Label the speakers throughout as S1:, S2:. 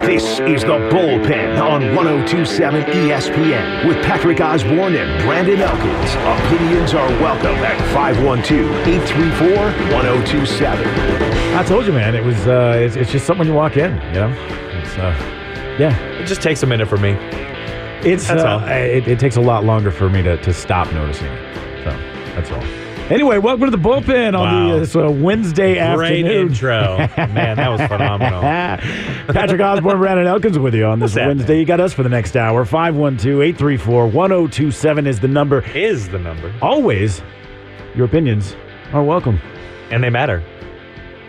S1: This is the bullpen on 1027 ESPN with Patrick Osborne and Brandon Elkins. Opinions are welcome at 512 834 1027.
S2: I told you, man. It was. Uh, it's, it's just something when you walk in. You know. It's, uh, yeah.
S3: It just takes a minute for me.
S2: It's.
S3: That's
S2: uh,
S3: all.
S2: It, it takes a lot longer for me to, to stop noticing it. So that's all. Anyway, welcome to the bullpen on
S3: Wow.
S2: the uh, so Wednesday
S3: Great
S2: afternoon.
S3: intro. Man, that was phenomenal.
S2: Patrick Osborne, Brandon Elkins with you on this
S3: What's that,
S2: Wednesday. You got us for the next hour. 512 834 1027 is the number.
S3: Is the number.
S2: Always, your opinions are welcome.
S3: And they matter.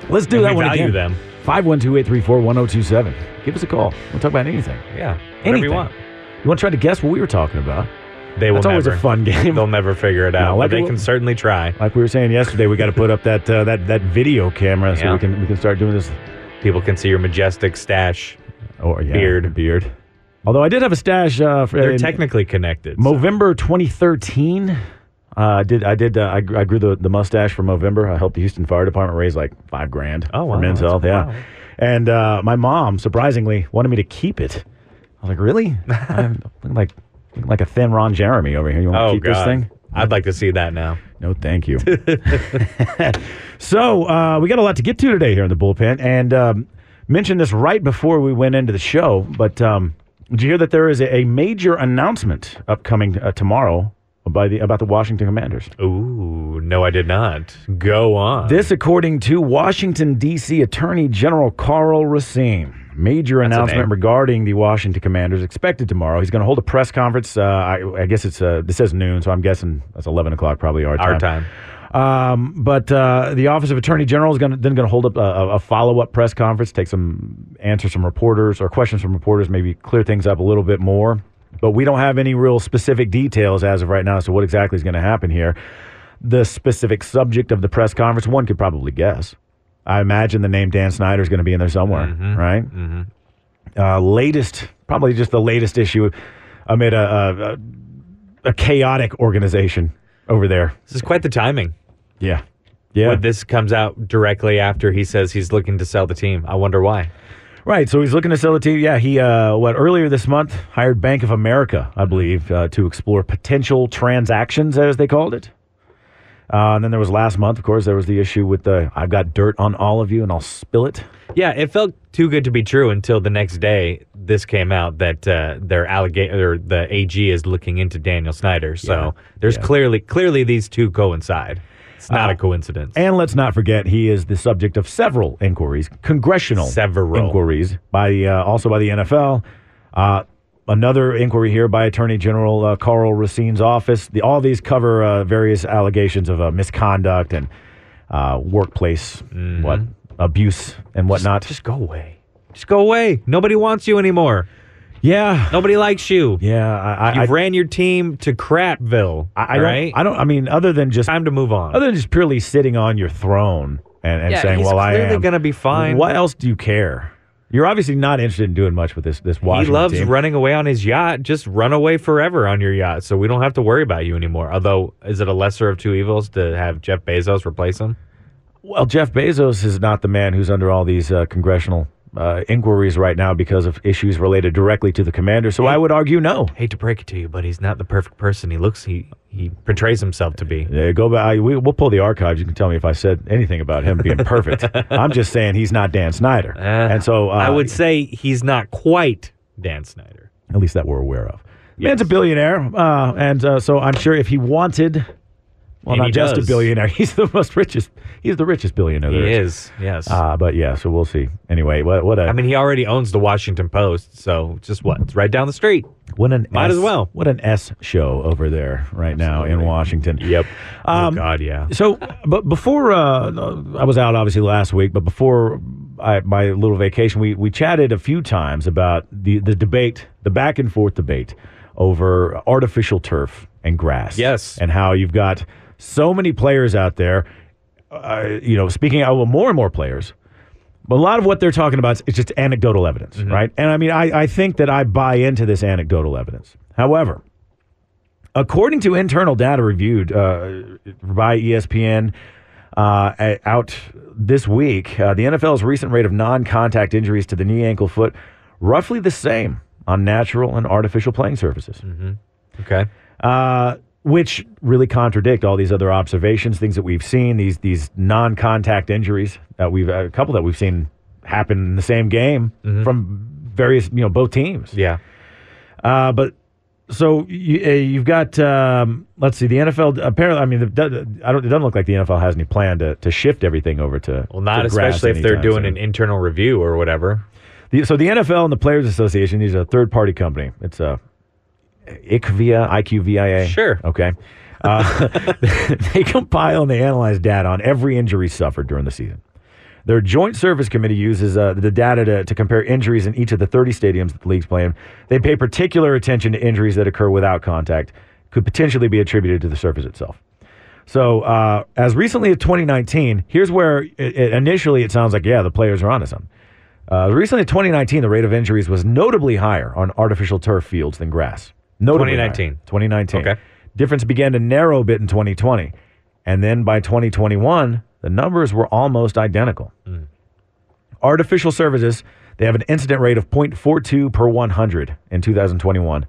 S2: Let's do
S3: And
S2: that
S3: we
S2: one
S3: value
S2: again.
S3: them.
S2: 512 834 1027. Give us a call. We'll talk about anything.
S3: Yeah. Whatever
S2: Anything.
S3: you want.
S2: You want to try to guess what we were talking about?
S3: They will
S2: That's always
S3: never.
S2: a fun game.
S3: They'll never figure it out.
S2: like
S3: but they
S2: a-
S3: can certainly try.
S2: Like we were saying yesterday, we got to put up that uh, that that video camera so
S3: Yeah.
S2: we can we can start doing this.
S3: People can see your majestic stash.
S2: Or yeah,
S3: Beard.
S2: beard. Although I did have a stash. Uh, for,
S3: They're
S2: in
S3: technically connected. so-
S2: November 2013. Uh, I did I did uh, I, gr- I grew the, the mustache for November. I helped the Houston Fire Department raise like five grand
S3: Oh,
S2: for
S3: wow,
S2: men's
S3: that's-
S2: health. Yeah,
S3: wow.
S2: and uh, my mom surprisingly wanted me to keep it. I was like, really? I'm looking like looking like a thin Ron Jeremy over here. You want to
S3: oh,
S2: keep
S3: God.
S2: this thing?
S3: I'd like to see that now.
S2: No, thank you. so uh, we got a lot to get to today here in the bullpen, and um, mentioned this right before we went into the show. But um, did you hear that there is a, a major announcement upcoming uh, tomorrow by the about the Washington Commanders?
S3: Ooh, no, I did not. Go on.
S2: This, according to Washington, D.C. Attorney General Carl Racine. Major
S3: That's a
S2: announcement
S3: name.
S2: regarding the Washington Commanders expected tomorrow. He's going to hold a press conference. Uh, I, I guess it's uh, this says noon, so I'm guessing that's 11 o'clock, probably our time.
S3: our time.
S2: Um, but uh, the Office of Attorney General is going to then going to hold up a- a, a follow up press conference, take some answers from reporters or questions from reporters, maybe clear things up a little bit more. But we don't have any real specific details as of right now as to what exactly is going to happen here. The specific subject of the press conference, one could probably guess. I imagine the name Dan Snyder is going to be in there somewhere, right? Uh, latest, probably just the latest issue amid a, a, a- a chaotic organization over there.
S3: This is quite the timing.
S2: Yeah. Yeah.
S3: But this comes out directly after he says he's looking to sell the team. I wonder why.
S2: right. So he's looking to sell the team. Yeah. He, uh, what, earlier this month hired Bank of America, I believe, uh, to explore potential transactions, as they called it. Uh, and then there was last month, of course, there was the issue with the I've got dirt on all of you and I'll spill it.
S3: Yeah, it felt too good to be true until the next day this came out that uh, their allega- or the AG is looking into Daniel Snyder. So there's clearly clearly these two coincide. It's not a coincidence.
S2: Uh, And let's not forget, he is the subject of several inquiries, congressional
S3: Several.
S2: inquiries by the, uh, also by the NFL. Uh, another inquiry here by Attorney General uh, Carl Racine's office. The, all these cover uh, various allegations of uh, misconduct and uh, workplace what abuse and whatnot.
S3: Mm-hmm. Just go away. Just go away. Nobody wants you anymore.
S2: yeah,
S3: Nobody likes you.
S2: yeah. I, I,
S3: You ran your team to crapville.
S2: I, I don't.
S3: right?
S2: I don't. I mean, other than just
S3: Time to move on.
S2: other than just purely sitting on your throne and, and
S3: Yeah,
S2: saying,
S3: he's
S2: "Well, I
S3: clearly
S2: am
S3: gonna be fine.
S2: What else do you care? You're obviously not interested in doing much with this this
S3: he
S2: Washington
S3: loves
S2: team.
S3: running away on his yacht. Just run away forever on your yacht, so we don't have to worry about you anymore. Although, is it a lesser of two evils to have Jeff Bezos replace him?
S2: well, Jeff Bezos is not the man who's under all these uh, congressional uh, inquiries right now because of issues related directly to the commander. So I would argue no.
S3: Hate to break it to you, but he's not the perfect person he looks he he portrays himself to be.
S2: Yeah, go back. I- We, we'll pull the archives. You can tell me if I said anything about him being perfect. I'm just saying he's not Dan Snyder, and so uh,
S3: I would say he's not quite Dan Snyder.
S2: at least that we're aware of. Man's a billionaire, uh, and uh, so I'm sure if he wanted, well,
S3: And
S2: not
S3: he
S2: just a
S3: does.
S2: billionaire, he's the most richest. He's the richest billionaire.
S3: He
S2: there is.
S3: is, yes.
S2: Uh, but yeah, so we'll see. Anyway, what what a
S3: I mean, he already owns the Washington Post, so just what? It's right down the street.
S2: what an
S3: might
S2: S,
S3: as well.
S2: what an S show over there right now in
S3: Absolutely.
S2: Washington.
S3: oh God, yeah.
S2: So, but before uh, I was out obviously last week, but before I, my little vacation, we we chatted a few times about the the debate, the back and forth debate over artificial turf and grass.
S3: Yes.
S2: and how you've got so many players out there. Uh, you know, speaking out well, more and more players. But a lot of what they're talking about is it's just anecdotal evidence, right? And I mean, I, I think that I buy into this anecdotal evidence. However, According to internal data reviewed uh, by ESPN uh, a- out this week, uh, the NFL's recent rate of non contact injuries to the knee, ankle, foot roughly the same on natural and artificial playing surfaces,
S3: Okay.
S2: uh, which really contradict all these other observations, things that we've seen, these these non-contact injuries that we've a couple that we've seen happen in the same game from various you know both teams.
S3: Mm-hmm. Yeah.
S2: Uh, but so you, uh, you've got um, let's see the NFL apparently I mean the, I don't it doesn't look like the NFL has any plan to, to shift everything over to
S3: Well, not
S2: to grass
S3: especially if they're
S2: anytime
S3: doing
S2: soon.
S3: an internal review or whatever.
S2: The, so the NFL and the Players Association, these are a third party company. It's uh, a ICVIA, IQVIA.
S3: Sure.
S2: Okay. Uh, they compile and they analyze data on every injury suffered during the season. Their Joint Service Committee uses uh, the data to, to compare injuries in each of the 30 stadiums that the league's playing. They pay particular attention to injuries that occur without contact, could potentially be attributed to the surface itself. So, uh, as recently as 2019, here's where it, it- initially it sounds like, yeah, the players are onto something. Uh, recently, in 2019, the rate of injuries was notably higher on artificial turf fields than grass. Notably
S3: 2019.
S2: higher. 2019.
S3: Okay.
S2: Difference began to narrow a bit in 2020. And then by 2021, the numbers were almost identical.
S3: Hmm.
S2: Artificial surfaces, they have an incident rate of 0.42 per 100 in 2021.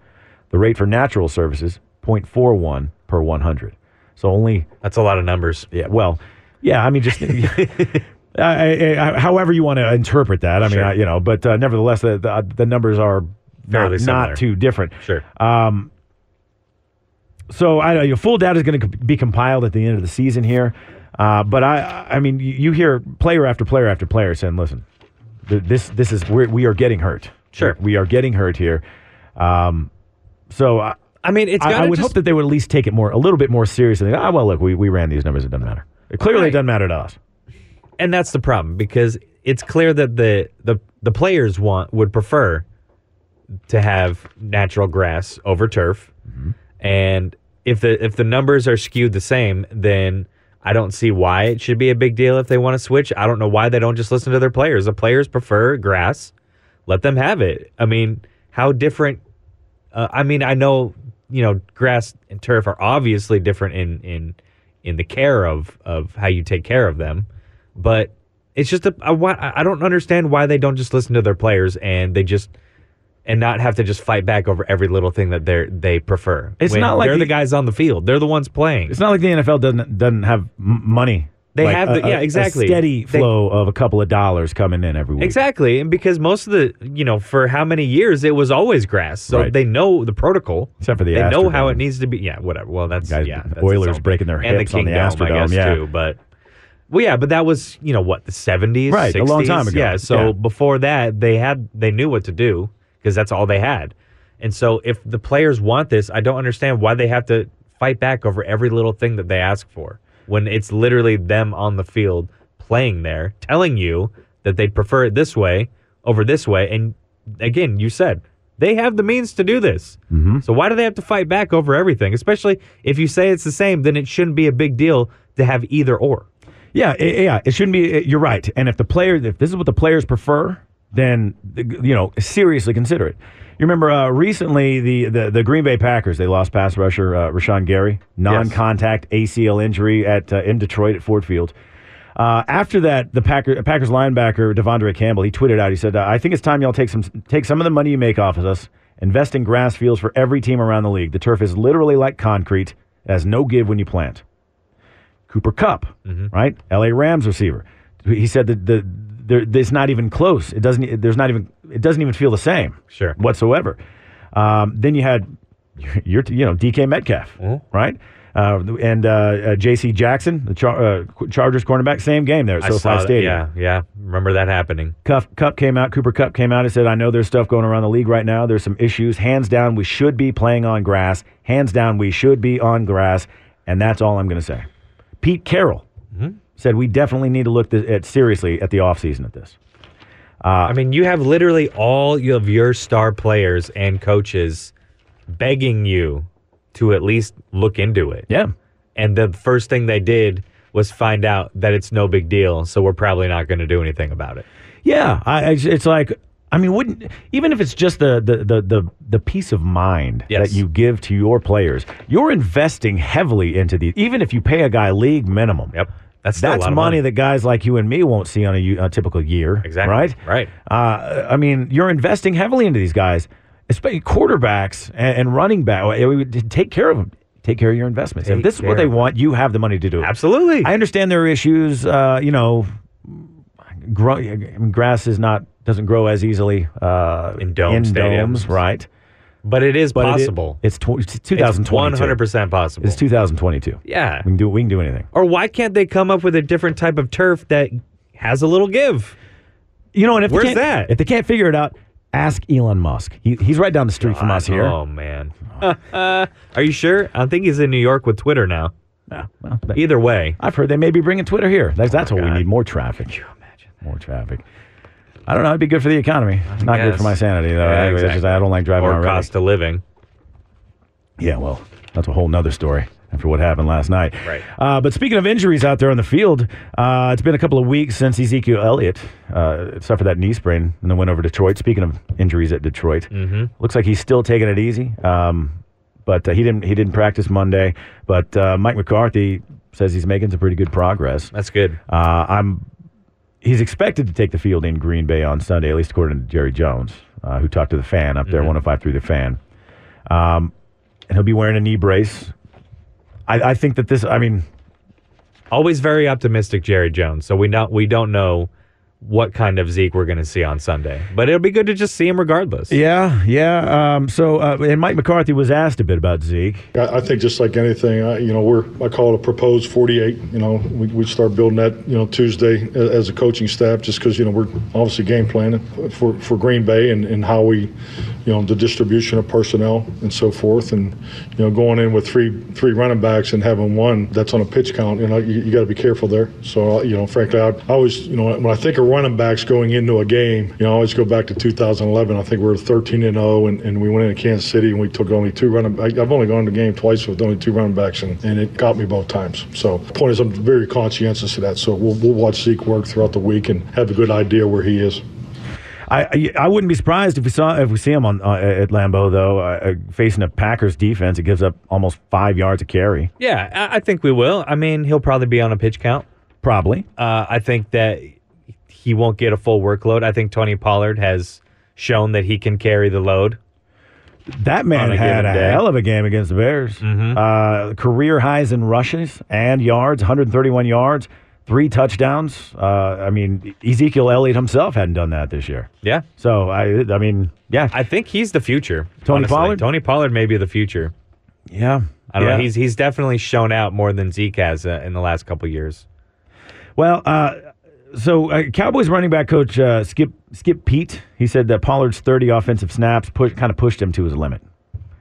S2: The rate for natural surfaces, 0.41 per 100. So only
S3: That's a lot of numbers.
S2: yeah. Well, yeah. I mean, just I, I, I, however you want to interpret that. I mean,
S3: Sure.
S2: I, you know, but uh, nevertheless, the, the the numbers are
S3: Fairly
S2: not, not
S3: similar.
S2: too different.
S3: Sure.
S2: So I know your full data is going to be compiled at the end of the season here. Uh, but I, I mean, you, you hear player after player after player saying, "Listen, th- this this is we're, we are getting hurt.
S3: Sure.
S2: we are getting hurt here." Um, so I,
S3: I mean, it's
S2: I,
S3: gotta
S2: I would
S3: just-
S2: hope that they would at least take it more a little bit more seriously. Ah, well, look, we, we ran these numbers; it doesn't matter. Clearly, it
S3: Right.
S2: doesn't matter to us.
S3: and that's the problem because it's clear that the the the players want would prefer to have natural grass over turf, and if the if the numbers are skewed the same, then I don't see why it should be a big deal if they want to switch. I don't know why they don't just listen to their players. The players prefer grass, let them have it. I mean, how different? Uh, I mean, I know you know grass and turf are obviously different in in in the care of of how you take care of them, but it's just a, a why- I I don't understand why they don't just listen to their players and they just and not have to just fight back over every little thing that they they prefer.
S2: It's not like
S3: they're the,
S2: the-
S3: guys on the field; they're the ones playing.
S2: It's not like the NFL doesn't doesn't have m- money.
S3: They
S2: Like
S3: have
S2: a-
S3: the- yeah,
S2: a-
S3: exactly.
S2: A steady
S3: They-
S2: flow of a couple of dollars coming in every week.
S3: Exactly, and because most of the you know for how many years it was always grass, so
S2: Right.
S3: they know the protocol.
S2: Except for the
S3: they know
S2: Astrodome.
S3: how it needs to be. Yeah, whatever. Well, that's
S2: Guys,
S3: yeah.
S2: the
S3: That's
S2: Oilers
S3: its own
S2: breaking their
S3: thing. and
S2: hips
S3: the
S2: on the
S3: Kingdome, I guess,
S2: Astrodome, yeah.
S3: too. But well, yeah, but that was you know what the seventies,
S2: Right, a long time ago.
S3: Yeah, so
S2: Yeah.
S3: before that they had they knew what to do because that's all they had, and so if the players want this, I don't understand why they have to fight back over every little thing that they ask for when it's literally them on the field playing there telling you that they prefer it this way over this way, and again, you said they have the means to do this.
S2: Mm-hmm.
S3: So why do they have to fight back over everything? Especially if you say it's the same, then it shouldn't be a big deal to have either or.
S2: Yeah, i- yeah. It shouldn't be. i- You're right. And if the player, if this is what the players prefer, then you know seriously consider it. You remember uh, recently the, the the Green Bay Packers they lost pass rusher uh, Rashawn Gary non-contact ACL injury at uh, in Detroit at Ford Field. Uh, after that, the Packer, Packers linebacker Devondre Campbell he tweeted out. He said, "I think it's time y'all take some take some of the money you make off of us, invest in grass fields for every team around the league. The turf is literally like concrete, it has no give when you plant." Cooper Cup,
S3: Mm-hmm.
S2: right? L.A. Rams receiver. He said that the there, it's not even close. It doesn't. There's not even. It doesn't even feel the same.
S3: Sure.
S2: Whatsoever. Um, then you had your you know DK Metcalf,
S3: Mm-hmm.
S2: right? Uh, and uh, uh, J.C. Jackson, the char- uh, Qu- Chargers cornerback, same game there at
S3: I saw
S2: SoFi
S3: that.
S2: Stadium.
S3: Yeah, yeah. Remember that happening.
S2: Cuff, Cup came out. Cooper Cup came out and said, "I know there's stuff going around the league right now. There's some issues. Hands down, we should be playing on grass. Hands down, we should be on grass." And that's all I'm going to say. Pete Carroll said, "We definitely need to look th- at seriously at the offseason at this." Uh,
S3: I mean, you have literally all of your star players and coaches begging you to at least look into it.
S2: Yeah,
S3: And the first thing they did was find out that it's no big deal, so we're probably not going to do anything about it.
S2: yeah. I, I- it's like, I mean, wouldn't even if it's just the the the the, the peace of mind
S3: Yes.
S2: that you give to your players, you're investing heavily into these. Even if you pay a guy league minimum,
S3: Yep. That's still a
S2: That's
S3: lot
S2: money,
S3: of money.
S2: that guys like you and me won't see on a, u- a typical year.
S3: Exactly.
S2: Right?
S3: Right.
S2: Uh, I mean, you're investing heavily into these guys, especially quarterbacks and, and running back. Uh, we- Take care of them. Take care of your investments. if
S3: Take
S2: this is
S3: care
S2: what they
S3: of 'em.
S2: want, you have the money to do it.
S3: Absolutely.
S2: I understand there are issues. Uh, you know, grow, I mean, grass is not doesn't grow as easily uh,
S3: In dome
S2: in
S3: stadiums.
S2: domes, right?
S3: but it is
S2: it-
S3: possible.
S2: it's, tw- it's
S3: it's
S2: 2022.
S3: 100% possible.
S2: It's 2022.
S3: yeah.
S2: We can do we can do anything.
S3: Or why can't they come up with a different type of turf that has a little give?
S2: You know, and if
S3: Where's
S2: they can't,
S3: that?
S2: If they can't figure it out, ask Elon Musk. He, he's right down the street from us here.
S3: Oh, man. Are you sure? I think he's in New York with Twitter now.
S2: Yeah, well, they-
S3: Either way.
S2: I've heard they may be bringing Twitter here. That's that's what we
S3: Oh, God.
S2: need more traffic. Can you imagine? More traffic. I don't know. It'd be good for the economy. It's not good
S3: guess.
S2: for my sanity though.
S3: Yeah,
S2: I- it's just
S3: exactly.
S2: I don't like driving
S3: Or
S2: around.
S3: cost of living.
S2: Yeah, well, that's a whole nother story after what happened last night.
S3: Right.
S2: Uh, but speaking of injuries out there on the field, uh, it's been a couple of weeks since Ezekiel Elliott uh, suffered that knee sprain and then went over to Detroit. Speaking of injuries at Detroit, looks like he's still taking it easy. Um, but uh, he didn't he didn't practice Monday. But uh, Mike McCarthy says he's making some pretty good progress.
S3: That's good.
S2: Uh, I'm. He's expected to take the field in Green Bay on Sunday, at least according to Jerry Jones, uh, who talked to the fan up there, 105 through the fan. Um, and he'll be wearing a knee brace. I, I think that this. I mean,
S3: Always very optimistic, Jerry Jones. So we not we don't know what kind of Zeke we're going to see on Sunday, but it'll be good to just see him regardless.
S2: yeah, yeah. Um, so, uh, and Mike McCarthy was asked a bit about Zeke.
S4: I, I think just like anything, I, you know, we're I call it a proposed 48. You know, we, we start building that you know Tuesday a- as a coaching staff, just because you know we're obviously game planning for for Green Bay and, and how we, you know, the distribution of personnel and so forth, and you know going in with three three running backs and having one that's on a pitch count, you know, you, you got to be careful there. So uh, you know, frankly, I, I always you know when I think of running backs going into a game, you know, I always go back to 2011. I think we were 13 and 0, and and we went into Kansas City and we took only two running. I, I've only gone to game twice with only two running backs, and, and it got me both times. So the point is, I'm very conscientious of that. So we'll, we'll watch Zeke work throughout the week and have a good idea where he is.
S2: I, I I wouldn't be surprised if we saw if we see him on uh, at Lambeau though, uh, uh, facing a Packers defense. It gives up almost five yards a carry,
S3: Yeah, I, I think we will. I mean, he'll probably be on a pitch count.
S2: probably.
S3: Uh, I think that he won't get a full workload. I think Tony Pollard has shown that he can carry the load.
S2: That man
S3: on a
S2: had
S3: given
S2: a
S3: day.
S2: hell of a game against the Bears.
S3: Mm-hmm.
S2: Uh, career highs in rushes and yards, 131 yards, three touchdowns. Uh, I mean, Ezekiel Elliott himself hadn't done that this year.
S3: Yeah.
S2: So I, I mean, yeah,
S3: I think he's the future.
S2: Tony Pollard?
S3: Tony Pollard may be the future.
S2: yeah.
S3: I don't
S2: yeah.
S3: know. He's he's definitely shown out more than Zeke has uh, in the last couple years.
S2: Well, uh, so uh, Cowboys running back coach uh, Skip Skip Pete, he said that Pollard's 30 offensive snaps push, kind of pushed him to his limit.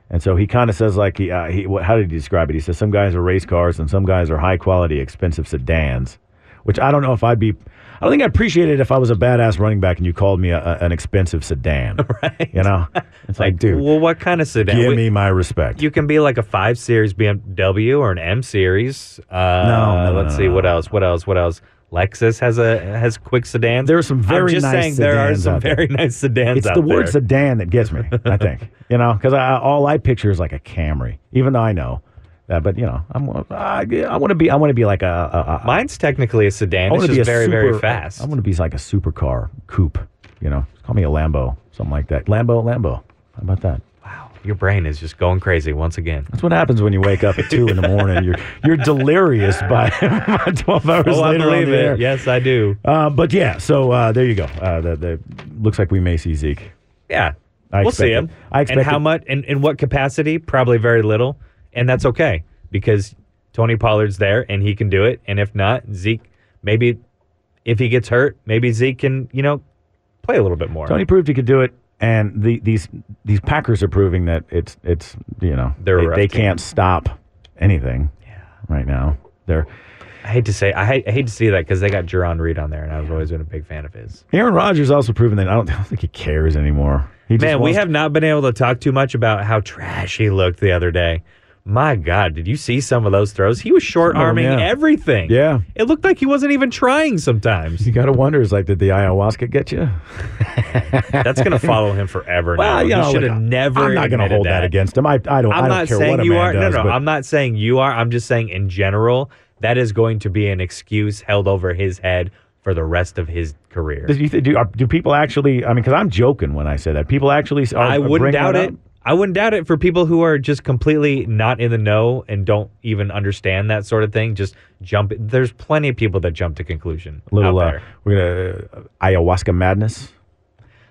S2: And so he kind of says like he, uh, he what, how did he describe it? He says some guys are race cars and some guys are high quality expensive sedans, which I don't know if I'd be. I don't think I'd appreciate it if I was a badass running back and you called me a, a- an expensive sedan. Right. You know, it's like, dude,
S3: well, what kind of sedan?
S2: give
S3: We-
S2: me my respect.
S3: You can be like a five series BMW or an M series. Uh,
S2: No, no, no,
S3: let's
S2: no,
S3: see
S2: no,
S3: what
S2: no.
S3: else. What else? What else? Lexus has a has quick sedans.
S2: There are some very
S3: I'm just
S2: nice
S3: saying there are
S2: sedans
S3: some
S2: out there.
S3: very nice sedans
S2: it's
S3: out
S2: the word
S3: there.
S2: sedan that gets me. I think you know because I, I- all I picture is like a Camry, even though I know that. But you know, I'm I, I want to be I want to be like a, a, a
S3: Mine's technically a
S2: I
S3: sedan.
S2: want
S3: It's
S2: to
S3: just
S2: be a
S3: very
S2: super,
S3: very fast.
S2: I want to be like a supercar coupe. You know, call me a Lambo, something like that. Lambo, Lambo. How about that?
S3: wow, your brain is just going crazy once again.
S2: That's what happens when you wake up at two in the morning. You're you're delirious by, by twelve hours
S3: Oh, I
S2: later on
S3: believe
S2: the
S3: it.
S2: air.
S3: Yes, I do.
S2: Uh, but yeah, so uh, there you go. Uh, the, the, looks like we may see Zeke.
S3: Yeah,
S2: I
S3: we'll
S2: expect
S3: see
S2: it.
S3: him.
S2: I expect
S3: and how
S2: it.
S3: much and in what capacity? Probably very little, and that's okay because Tony Pollard's there and he can do it. And if not, Zeke maybe if he gets hurt, maybe Zeke can you know play a little bit more.
S2: Tony proved he could do it, and the, these these Packers are proving that it's it's you know
S3: They're a
S2: they,
S3: rough
S2: they
S3: team.
S2: can't stop anything right now. They're
S3: I hate to say I hate, I hate to see that because they got Jerron Reed on there, and I've always been a big fan of his.
S2: Aaron Rodgers also proven that I don't, I don't think he cares anymore. He just
S3: Man, we
S2: wants-
S3: have not been able to talk too much about how trash he looked the other day. My God, did you see some of those throws? He was short arming
S2: yeah.
S3: everything.
S2: Yeah.
S3: It looked like he wasn't even trying sometimes.
S2: you gotta wonder is like did the ayahuasca get you?
S3: That's going to follow him forever now.
S2: you know,
S3: he should have
S2: look,
S3: never
S2: I'm not gonna
S3: admitted
S2: hold that. against him. I I don't I
S3: I'm
S2: don't
S3: not
S2: care
S3: saying
S2: what a
S3: you
S2: man
S3: are.
S2: does.
S3: no, no,
S2: but
S3: I'm not saying you are. I'm just saying in general, that is going to be an excuse held over his head for the rest of his career.
S2: Do, you th- do, are- do people actually? I mean, because I'm joking when I say that. People actually. s- Are,
S3: I
S2: are
S3: wouldn't
S2: bringing
S3: doubt
S2: that
S3: it. I wouldn't doubt it for people who are just completely not in the know and don't even understand that sort of thing. Just jump. There's plenty of people that jump to conclusion.
S2: A little.
S3: out
S2: Uh,
S3: there.
S2: we're gonna uh, ayahuasca madness.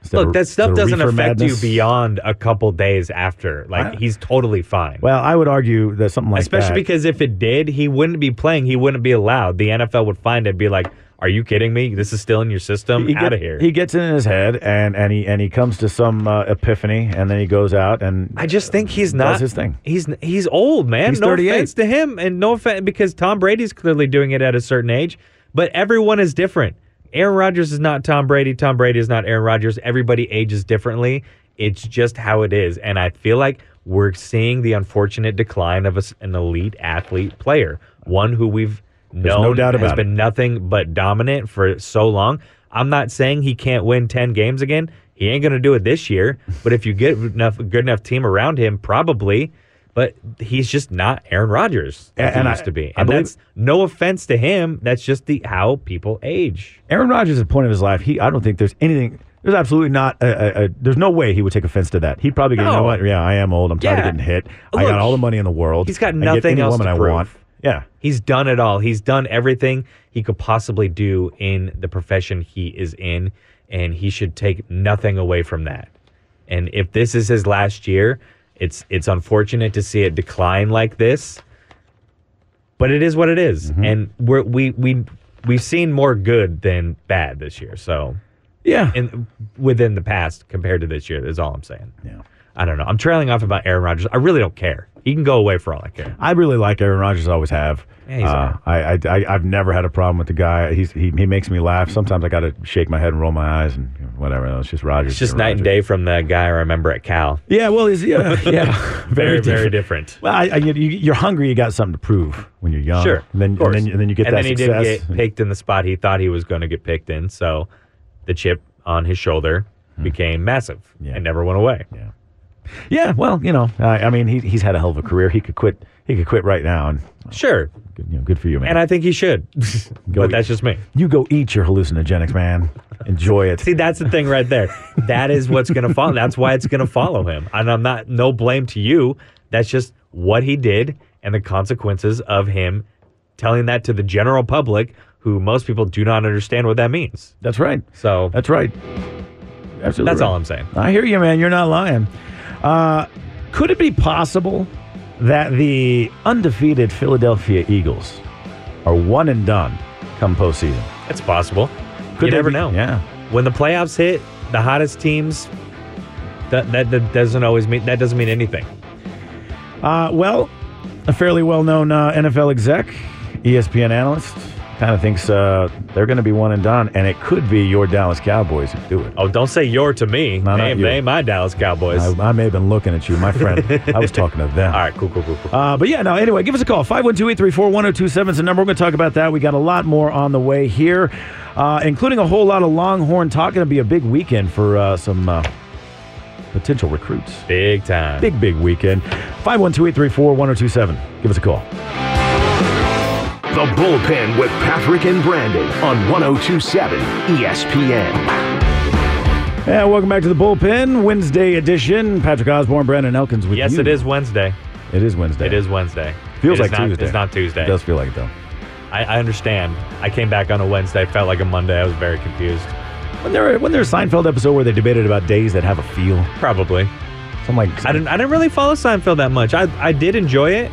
S2: Instead
S3: Look,
S2: of-
S3: that
S2: instead
S3: stuff
S2: of
S3: doesn't
S2: reefer
S3: affect
S2: madness.
S3: you beyond a couple days after. Like he's totally fine.
S2: Well, I would argue that something like
S3: Especially
S2: that.
S3: because if it did, he wouldn't be playing. He wouldn't be allowed. The NFL would find it and be like, "Are you kidding me? This is still in your system.
S2: he
S3: Out of
S2: get-
S3: here."
S2: He gets it in his head, and and he and he comes to some uh, epiphany, and then he goes out and
S3: I just think he's
S2: does
S3: not
S2: his thing.
S3: He's he's old, man.
S2: He's
S3: no
S2: 38.
S3: offense to him, and no offense because Tom Brady's clearly doing it at a certain age. But everyone is different. Aaron Rodgers is not Tom Brady. Tom Brady is not Aaron Rodgers. Everybody ages differently. It's just how it is, and I feel like we're seeing the unfortunate decline of a s an elite athlete player, one who we've known
S2: no doubt
S3: has
S2: about it.
S3: been nothing but dominant for so long. I'm not saying he can't win 10 games again. He ain't going to do it this year. But if you get enough, good enough team around him, probably. But he's just not Aaron Rodgers
S2: A-
S3: as
S2: and
S3: he
S2: I-
S3: used to be.
S2: I
S3: And
S2: believe-
S3: that's no offense to him. That's just the how people age.
S2: Aaron Rodgers at the point of his life, he I don't think there's anything. There's absolutely not. A, a, a, there's no way he would take offense to that. He'd probably go, you know
S3: No.
S2: what? Yeah, I am old. I'm tired
S3: Yeah.
S2: of getting hit. I
S3: Look,
S2: got all the money in the world.
S3: he's got
S2: I can
S3: nothing
S2: get any
S3: else
S2: woman
S3: to
S2: I
S3: prove.
S2: want. Yeah,
S3: He's done it all. He's done everything he could possibly do in the profession he is in, and he should take nothing away from that. And if this is his last year, it's it's unfortunate to see it decline like this, but it is what it is.
S2: Mm-hmm.
S3: And we're, we we we've seen more good than bad this year. So
S2: yeah.
S3: in within the past compared to this year is all I'm saying.
S2: Yeah.
S3: I don't know. I'm trailing off about Aaron Rodgers. I really don't care. He can go away for all I care.
S2: I really like Aaron Rodgers. I always have.
S3: Yeah, he's
S2: uh, I, I, I, I've never had a problem with the guy. He's, he, he makes me laugh. Sometimes I got to shake my head and roll my eyes and you know, whatever. It's just Rodgers.
S3: It's just
S2: Aaron
S3: night and
S2: Rodgers.
S3: day from the guy I remember at Cal.
S2: Yeah, well, he's, yeah, yeah,
S3: Very, very different.
S2: Well, I, I, you, you're hungry. You got something to prove when you're young.
S3: Sure.
S2: Uh, And then,
S3: of course.
S2: And then, and then you get
S3: And
S2: that
S3: then he
S2: success.
S3: didn't get picked in the spot he thought he was going to get picked in. So the chip on his shoulder became massive
S2: Hmm. Yeah.
S3: and never went away.
S2: Yeah. Yeah. Well, you know, I, I mean, he, he's had a hell of a career. He could quit. He could quit right now, and
S3: Sure.
S2: good, you know, good for you, man.
S3: And I think he should.
S2: Go
S3: but that's just me.
S2: you go eat your hallucinogenics, man. Enjoy it.
S3: See, that's the thing right there. That is what's going to follow. That's why it's going to follow him. And I'm not, no blame to you. That's just what he did and the consequences of him telling that to the general public who most people do not understand what that means.
S2: That's right.
S3: So
S2: That's right. Absolutely.
S3: that's
S2: right.
S3: all I'm saying.
S2: I hear you, man. You're not lying. Uh, could it be possible that the undefeated Philadelphia Eagles are one and done come postseason?
S3: It's possible.
S2: Could
S3: you
S2: they
S3: never
S2: be-
S3: know.
S2: Yeah.
S3: When the playoffs hit, the hottest teams. That, that that doesn't always mean that doesn't mean anything.
S2: Uh, well, a fairly well-known uh, NFL exec, E ESPN analyst, kind of thinks uh, they're going to be one and done, and it could be your Dallas Cowboys who do it.
S3: Oh, don't say your to me.
S2: No, not
S3: name
S2: you.
S3: name my Dallas Cowboys.
S2: I,
S3: All
S2: I may have been looking at you, my friend. I was talking to them.
S3: right, cool, cool, cool, cool.
S2: Uh, but yeah, no, anyway, give us a call. 512 834 1027 is the number. We're going to talk about that. We got a lot more on the way here, uh, including a whole lot of Longhorn talk. Going to be a big weekend for uh, some uh, potential recruits.
S3: Big time.
S2: Big, big weekend. 512 834 1027. Give us a call.
S1: The bullpen with Patrick and Brandon on 1027 ESPN.
S2: And welcome back to the bullpen, Wednesday edition. Patrick Osborne, Brandon Elkins with
S3: Yes,
S2: you.
S3: it is Wednesday.
S2: It is Wednesday.
S3: It is Wednesday.
S2: Feels
S3: It is
S2: like
S3: not-
S2: Tuesday.
S3: It's not Tuesday.
S2: It does feel like it though.
S3: I, I understand. I came back on a Wednesday. Felt like a Monday. I was very confused.
S2: When there, when there's a Seinfeld episode where they debated about days that have a feel,
S3: Probably.
S2: something like
S3: I didn't. I didn't really follow Seinfeld that much. I I did enjoy it.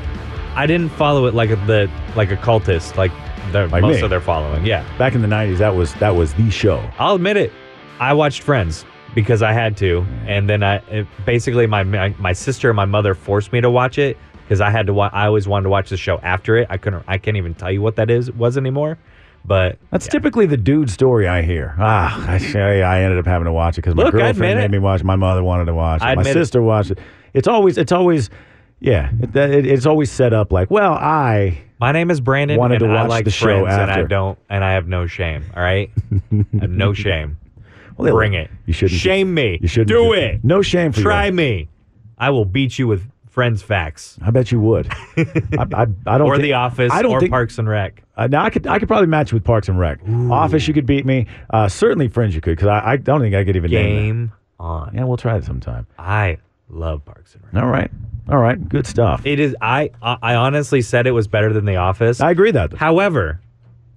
S3: I didn't follow it like a, the like a cultist like the
S2: Like
S3: most
S2: me.
S3: of their following. Yeah.
S2: back in the '90s. That was that was the show.
S3: I'll admit it. I watched Friends because I had to, and then I it, basically my, my my sister and my mother forced me to watch it because I had to. Wa- I always wanted to watch the show after it. I couldn't. I can't even tell you what that is was anymore. But
S2: That's typically the dude story I hear. Ah, I, say I ended up having to watch it because my
S3: Look, I
S2: girlfriend
S3: admit
S2: made
S3: it.
S2: me watch. it, My mother wanted to watch. it,
S3: I
S2: my
S3: admit it.
S2: sister watched it. It's always it's always yeah. It, it, it's always set up like well I
S3: My name is Brandon.
S2: Wanted
S3: and
S2: to
S3: I
S2: watch
S3: like
S2: the show
S3: Friends, and I
S2: after.
S3: don't, and I have no shame. All right, I have no shame.
S2: well, they-
S3: Bring it.
S2: You shouldn't
S3: shame me.
S2: You shouldn't
S3: do it.
S2: No shame for you.
S3: Try me. I will beat you with Friends Facts
S2: I bet you would. I, I, I don't
S3: or
S2: think-
S3: The Office
S2: I don't
S3: or
S2: think,
S3: Parks and Rec.
S2: Uh, now I could I could probably match with Parks and Rec. Office, you could beat me. Uh, certainly, Friends, you could because I, I don't think I could even name.
S3: Game on.
S2: That. Yeah, we'll try it sometime.
S3: I love Parks and Rec.
S2: All right, all right, good stuff.
S3: It is. I I I honestly said it was better than The Office.
S2: I agree that.
S3: However,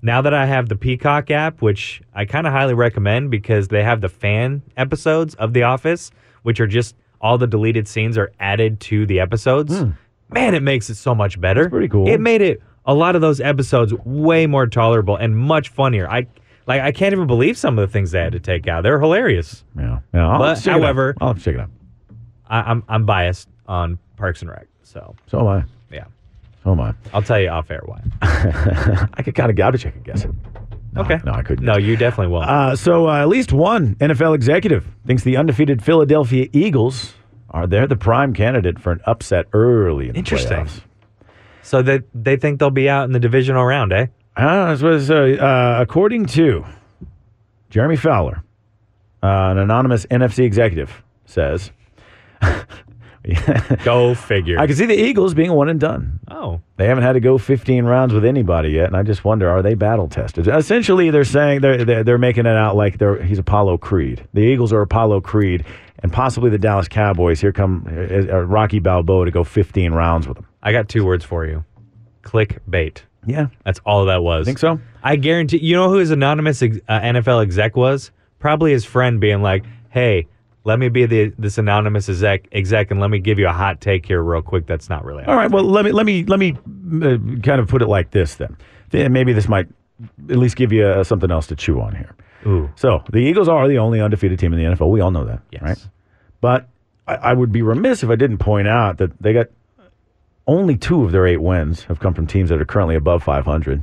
S3: now that I have the Peacock app, which I kind of highly recommend because they have the fan episodes of The Office, which are just all the deleted scenes are added to the episodes. Man, it makes it so much better.
S2: Hmm. pretty cool.
S3: It made it a lot of those episodes way more tolerable and much funnier. I like I can't even believe some of the things they had to take out. They're hilarious.
S2: Yeah, yeah. I'll
S3: But,
S2: have to check it out.
S3: however-
S2: I'll have to check it out.
S3: I, I'm I'm biased on Parks and Rec, so
S2: So am I.
S3: yeah.
S2: So am I.
S3: I'll tell you off air why.
S2: I could kind of. I bet you I could guess it. No,
S3: Okay.
S2: No, I couldn't.
S3: No, you definitely won't.
S2: Uh, so uh, at least one NFL executive thinks the undefeated Philadelphia Eagles are they're the prime candidate for an upset early in the
S3: Interesting.
S2: playoffs.
S3: so they they think they'll be out in the divisional round, eh?
S2: Uh, this was, uh, uh, according to Jeremy Fowler, uh, an anonymous NFC executive says, I
S3: Go figure.
S2: can see the Eagles being one and done.
S3: oh,
S2: They haven't had to go 15 rounds with anybody yet, and I just wonder, are they battle tested? Essentially, they're saying they're, they're, they're making it out like they're, he's Apollo Creed. The Eagles are Apollo Creed, and possibly the Dallas Cowboys. Here come uh, uh, Rocky Balboa to go 15 rounds with them.
S3: I got two words for you. Clickbait.
S2: Yeah,
S3: That's all that was.
S2: think so.
S3: I guarantee. You know who his anonymous ex- uh, NFL exec was? Probably his friend being like, "Hey, let me be the this anonymous exec, exec, and let me give you a hot take here real quick. That's not really.
S2: All right. Well, let me let me let me uh, kind of put it like this then. Th- Maybe this might at least give you uh, something else to chew on here.
S3: Ooh.
S2: So the Eagles are the only undefeated team in the NFL. We all know that,
S3: Yes.
S2: right? But I, I would be remiss if I didn't point out that they got only two of their eight wins have come from teams that are currently above 500.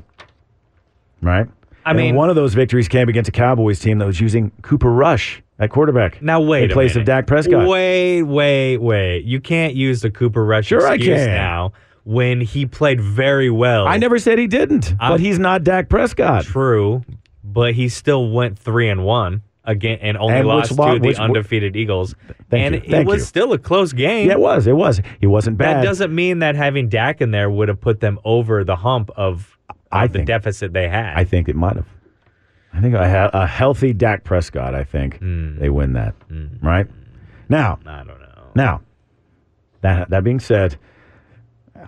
S2: Right.
S3: I
S2: And
S3: mean-
S2: one of those victories came against a Cowboys team that was using Cooper Rush at quarterback.
S3: Now wait
S2: in
S3: a
S2: place of
S3: minute.
S2: Dak Prescott.
S3: Wait, wait, wait. You can't use the Cooper Rush
S2: Sure I
S3: excuse
S2: can.
S3: now when he played very well.
S2: I never said he didn't,
S3: I'm-
S2: but he's not Dak Prescott.
S3: True, but he still went three and one again, and only
S2: And which
S3: lost
S2: lo-
S3: to the
S2: which-
S3: undefeated Eagles.
S2: Thank
S3: and
S2: you,
S3: it
S2: thank
S3: was
S2: you.
S3: still a close game.
S2: Yeah, it was. It was. He wasn't
S3: that
S2: bad.
S3: doesn't mean that having Dak in there would have put them over the hump of, of
S2: I
S3: the
S2: think-
S3: deficit they had.
S2: I think it might have. I think I had a healthy Dak Prescott. I think
S3: Hmm.
S2: they win that. Right now,
S3: I don't know.
S2: now that that being said,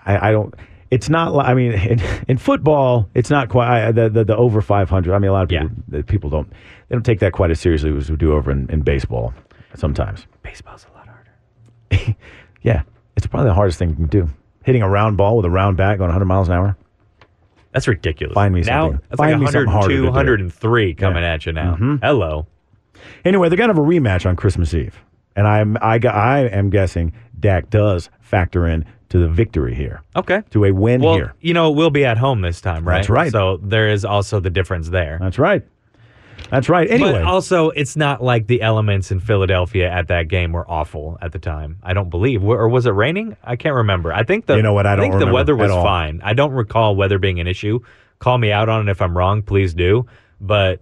S2: I, I don't. It's not. li- I mean, in, in football, it's not quite I, the, the the over five hundred. I mean, a lot of people the people don't they don't take that quite as seriously as we do over in, in baseball sometimes.
S3: Baseball's a lot harder.
S2: Yeah, it's probably the hardest thing you can do. Hitting a round ball with a round bat going 100 miles an hour.
S3: That's ridiculous.
S2: Find me
S3: now,
S2: something.
S3: That's
S2: Find me
S3: like
S2: something harder to do.
S3: 102,
S2: Mm-hmm.
S3: 103 coming at you now. Hello.
S2: Anyway, they're gonna have a rematch on Christmas Eve, and I'm I gu- I am guessing Dak does factor in to the victory here,
S3: Okay.
S2: to a win
S3: Well,
S2: here.
S3: you know, we'll be at home this time, right?
S2: That's right.
S3: So there is also the difference there.
S2: That's right. That's right. Anyway,
S3: But also, it's not like the elements in Philadelphia at that game were awful at the time. I don't believe, W- or was it raining? I can't remember. I think the
S2: You know what? I don't
S3: think the
S2: remember
S3: weather was
S2: at all.
S3: fine. I don't recall weather being an issue. Call me out on it if I'm wrong. Please do. But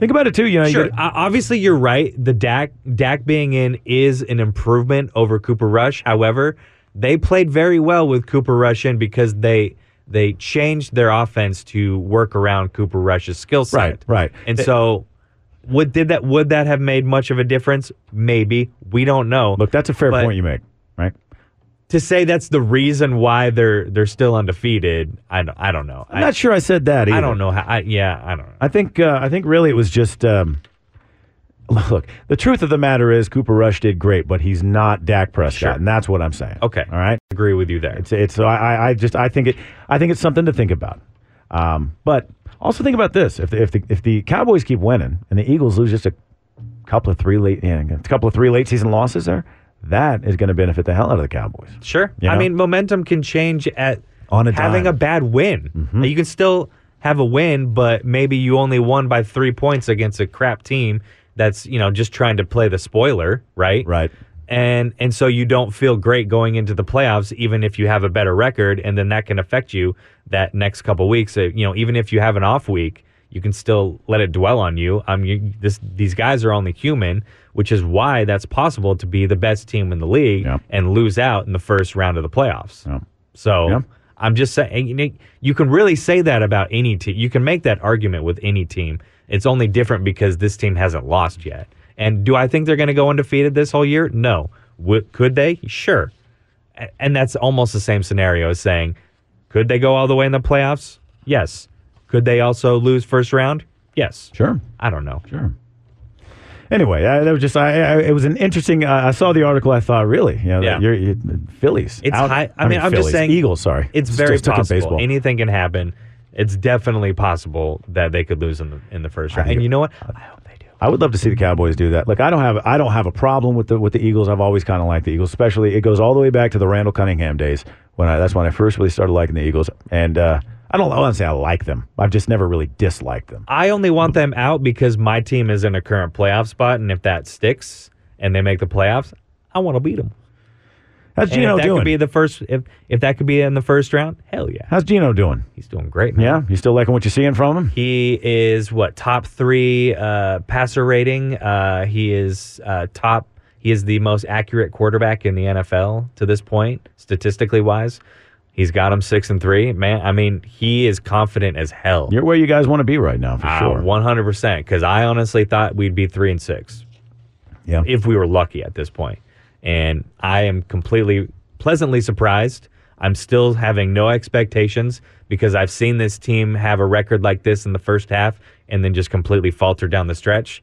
S2: think about it too. You know, you
S3: sure,
S2: get-
S3: o- obviously you're right. The Dak Dak being in is an improvement over Cooper Rush. However, they played very well with Cooper Rush in because they they changed their offense to work around Cooper Rush's skill set.
S2: Right, right.
S3: And
S2: They-
S3: so, would did that would that have made much of a difference? Maybe we don't know.
S2: look, that's a fair
S3: But-
S2: point you make, right?
S3: to say that's the reason why they're they're still undefeated, I don't I don't know.
S2: I'm not sure I said that. Either.
S3: I don't know how. I, yeah, I don't know.
S2: I think uh, I think really it was just um, look. The truth of the matter is Cooper Rush did great, but he's not Dak Prescott,
S3: Sure.
S2: and that's what I'm saying.
S3: Okay.
S2: All right.
S3: I agree with you there.
S2: It's it's so I I- I just I think it I think it's something to think about. Um, but also think about this: if the, if the if the Cowboys keep winning and the Eagles lose just a couple of three late yeah, a couple of three late season losses there, that is going to benefit the hell out of the Cowboys.
S3: Sure.
S2: You
S3: I
S2: know?
S3: mean, momentum can change at
S2: On a
S3: having
S2: dime. Mm-hmm.
S3: a bad win. You can still have a win, but maybe you only won by three points against a crap team that's you know just trying to play the spoiler, right?
S2: Right.
S3: And and so you don't feel great going into the playoffs, even if you have a better record, and then that can affect you that next couple weeks. Uh, You know, even if you have an off week, you can still let it dwell on you. Um, you, this these guys are only human. which is why that's possible to be the best team in the league
S2: Yeah.
S3: and lose out in the first round of the playoffs.
S2: Yeah.
S3: So
S2: Yeah.
S3: I'm just saying, you, know, you can really say that about any team. You can make that argument with any team. It's only different because this team hasn't lost yet. And do I think they're going to go undefeated this whole year? No. Would could they? Sure. A- And that's almost the same scenario as saying, could they go all the way in the playoffs? Yes. Could they also lose first round? Yes.
S2: Sure.
S3: I don't know.
S2: Sure. Anyway, I, that was just I, I. It was an interesting. Uh, I saw the article. I thought, really, you know,
S3: Yeah.
S2: you're, you Phillies.
S3: It's
S2: out-
S3: high. I, mean, I'm
S2: Phillies,
S3: just saying
S2: Eagles. Sorry,
S3: it's
S2: Still
S3: very
S2: stuck in
S3: possible.
S2: baseball.
S3: Anything can happen. It's definitely possible that they could lose in the in the first round.
S2: think
S3: And
S2: it-
S3: you know what? I hope they do.
S2: I would love to see the Cowboys do that. Like I don't have I don't have a problem with the with the Eagles. I've always kind of liked the Eagles, especially it goes all the way back to the Randall Cunningham days when I that's when I first really started liking the Eagles. And uh, I don't I want to say I like them. I've just never really disliked them.
S3: I only want them out because my team is in a current playoff spot, and if that sticks and they make the playoffs, I want to beat them.
S2: How's
S3: And if
S2: Gino
S3: that
S2: doing?
S3: could be the first, if if that could be in the first round, hell yeah,
S2: How's Gino doing?
S3: he's doing great. Man.
S2: Yeah, you still liking what you're seeing from him?
S3: He is what top three uh, passer rating. Uh, he is uh, top. He is the most accurate quarterback in the NFL to this point, statistically wise. He's got him six and three. Man, I mean, he is confident as hell.
S2: You're where you guys want to be right now for sure.
S3: Ah, Uh, One hundred percent. Because I honestly thought we'd be three and six
S2: yeah,
S3: if we were lucky at this point. And I am completely pleasantly surprised. I'm still having no expectations because I've seen this team have a record like this in the first half and then just completely falter down the stretch.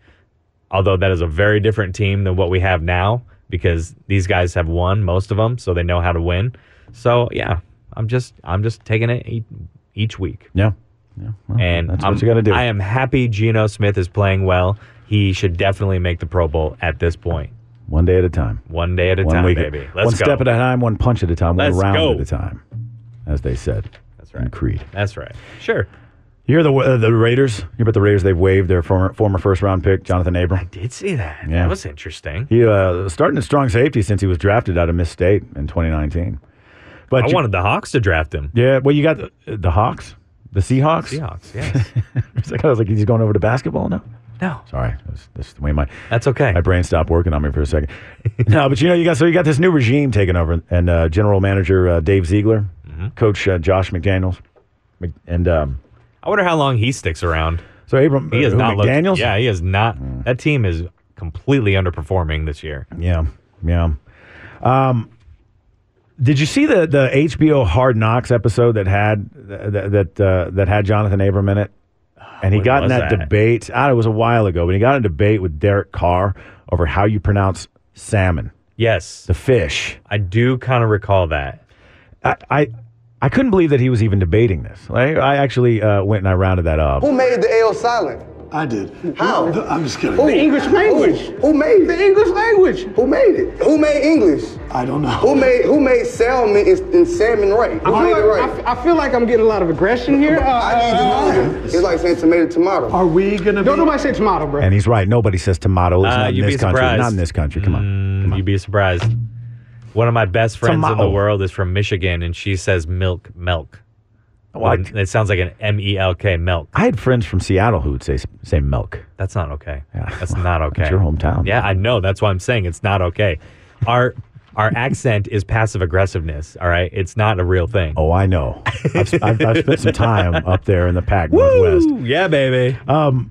S3: Although that is a very different team than what we have now because these guys have won most of them, so they know how to win. So yeah, I'm just I'm just taking it each, each week.
S2: yeah, yeah. Well,
S3: And
S2: that's
S3: I'm,
S2: what you got to do.
S3: I am happy Geno Smith is playing well. He should definitely make the Pro Bowl at this point.
S2: one day at a time.
S3: One day at a
S2: One
S3: time,
S2: week.
S3: baby.
S2: one
S3: Let's go.
S2: step at a time. One punch at a time.
S3: Let's
S2: one round
S3: go.
S2: at a time, as they said.
S3: That's
S2: In
S3: right.
S2: Creed.
S3: That's right. Sure.
S2: You hear the uh, the Raiders? You hear about the Raiders? They've waived their former former first round pick, Jonathan Abram.
S3: Did see that.
S2: Yeah.
S3: That was interesting.
S2: He uh, starting at strong safety since he was drafted out of Miss State in 2019. But
S3: I
S2: you-
S3: wanted the Hawks to draft him.
S2: yeah, well, you got the, the Hawks, the Seahawks.
S3: Seahawks, yes.
S2: It's like- I was like, he's going over to basketball now.
S3: no.
S2: Sorry, that's, that's the way my
S3: That's okay.
S2: my brain stopped working on me for a second. no, but you know, you got so you got this new regime taking over, and uh, general manager uh, Dave Ziegler,
S3: Mm-hmm.
S2: coach uh, Josh McDaniels, Mc- and um,
S3: I wonder how long he sticks around.
S2: so Abram uh,
S3: He is
S2: who, McDaniels.
S3: not
S2: Hmm.
S3: looking. Yeah, he is not. That team is completely underperforming this year.
S2: Yeah, yeah. Um, did you see the the HBO Hard Knocks episode that had that that uh, that had Jonathan Abram in it? And he
S3: When
S2: got in
S3: was
S2: that,
S3: that?
S2: debate. I it was a while ago, but he got in a debate with Derek Carr over how you pronounce salmon,
S3: Yes.
S2: the fish.
S3: I do kind of recall that.
S2: I. I I couldn't believe that he was even debating this. I, I actually uh, went and I rounded that up.
S5: Who made the L silent?
S6: I did.
S5: How?
S6: No, I'm just kidding.
S5: Who?
S7: The English language.
S5: Who, who made
S7: The
S5: it?
S7: English language.
S5: Who made it? Who made English?
S6: I don't know.
S5: Who made who made salmon and, and salmon right? Who
S7: I
S5: made it
S7: feel, like, I
S5: right?
S7: f- I feel like I'm getting a lot of aggression here. Uh,
S5: I need to
S7: uh,
S5: know. It's like saying tomato tomato.
S6: Are we gonna
S7: don't
S6: be?
S7: nobody say tomato, bro.
S2: And he's right. Nobody says tomato. It's
S3: Uh,
S2: not in
S3: you'd
S2: this
S3: be
S2: country.
S3: surprised. Mm,
S2: Not in this country. Come on. Come on.
S3: You'd be surprised. One of my best friends in the
S2: Tomato.
S3: world is from Michigan, and she says milk, milk.
S2: Well, I-
S3: It sounds like an M E L K, milk.
S2: I had friends from Seattle who would say say milk.
S3: That's not okay.
S2: Yeah.
S3: That's not okay.
S2: your hometown.
S3: Yeah, I know. That's why I'm saying it's not okay. Our our accent is passive aggressiveness. All right, it's not a real thing.
S2: Oh, I know. I've, I've, I've spent some time up there in the pack northwest.
S3: Woo! yeah, baby.
S2: Um,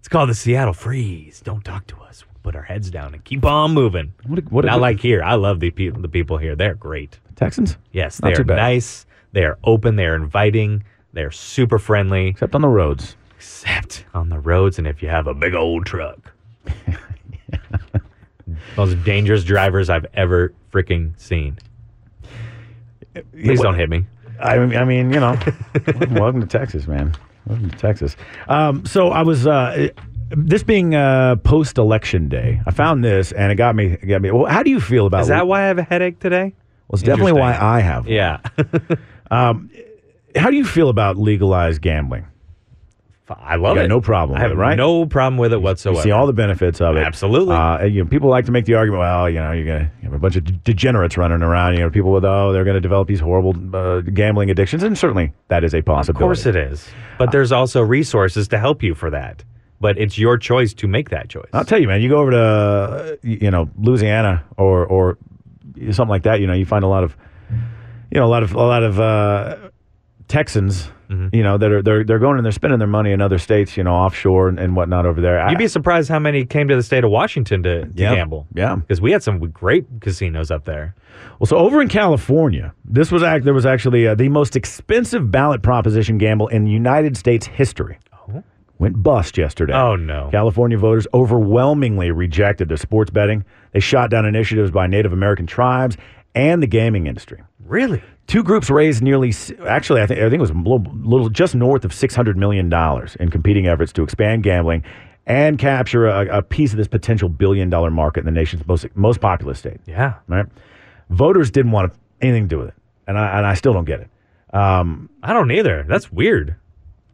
S3: It's called the Seattle Freeze. Don't talk to us. Put our heads down and keep on moving.
S2: What a- what a-
S3: not like here. I love the people. The people here. They're great.
S2: Texans?
S3: Yes,
S2: Not
S3: they
S2: too
S3: are
S2: bad.
S3: nice. They are open. They are inviting. They are super friendly,
S2: Except on the roads.
S3: except on the roads and if you have a big old truck. Most dangerous drivers I've ever freaking seen. Please don't hit me.
S2: I, mean- I mean, you know, welcome to Texas, man. Welcome to Texas. Um, so I was, uh, this being uh, post election day, I found this and it got me. It got me. Well, how do you feel about
S3: Is that why I have a headache today?
S2: Well, it's definitely why
S3: Interesting.
S2: I have. one.
S3: Yeah.
S2: How do you feel about legalized gambling?
S3: I love
S2: You got
S3: it.
S2: no problem
S3: I have
S2: with it, right?
S3: no problem with it whatsoever.
S2: You see all the benefits of it.
S3: Absolutely.
S2: Uh, and, you know, people like to make the argument, well, you know, you're going to have a bunch of de- degenerates running around. You know, people with, oh, they're going to develop these horrible uh, gambling addictions. And certainly that is a
S3: Of
S2: possibility.
S3: Uh, course it is. But there's also resources to help you for that. but it's your choice to make that choice.
S2: I'll tell you, man. You go over to uh, y- you know Louisiana or or something like that. You know, you find a lot of you know a lot of a lot of uh, Texans.
S3: Mm-hmm.
S2: You know that are they're they're going and they're spending their money in other states. You know, offshore and, and whatnot over there. I-
S3: You'd be surprised how many came to the state of Washington to, to
S2: Yeah.
S3: gamble.
S2: Yeah.
S3: Because we had some great casinos up there.
S2: Well, so over in California, this was act, there was actually uh, the most expensive ballot proposition gamble in United States history. Went bust yesterday.
S3: Oh, no.
S2: California voters overwhelmingly rejected their sports betting. They shot down initiatives by Native American tribes and the gaming industry.
S3: Really?
S2: Two groups raised nearly, s- actually, I think, I think it was a little, little just north of $600 million in competing efforts to expand gambling and capture a, a piece of this potential billion dollar market in the nation's most, most populous state
S3: Yeah.
S2: right? Voters didn't want anything to do with it, and I and I still don't get it.
S3: I don't either. That's weird.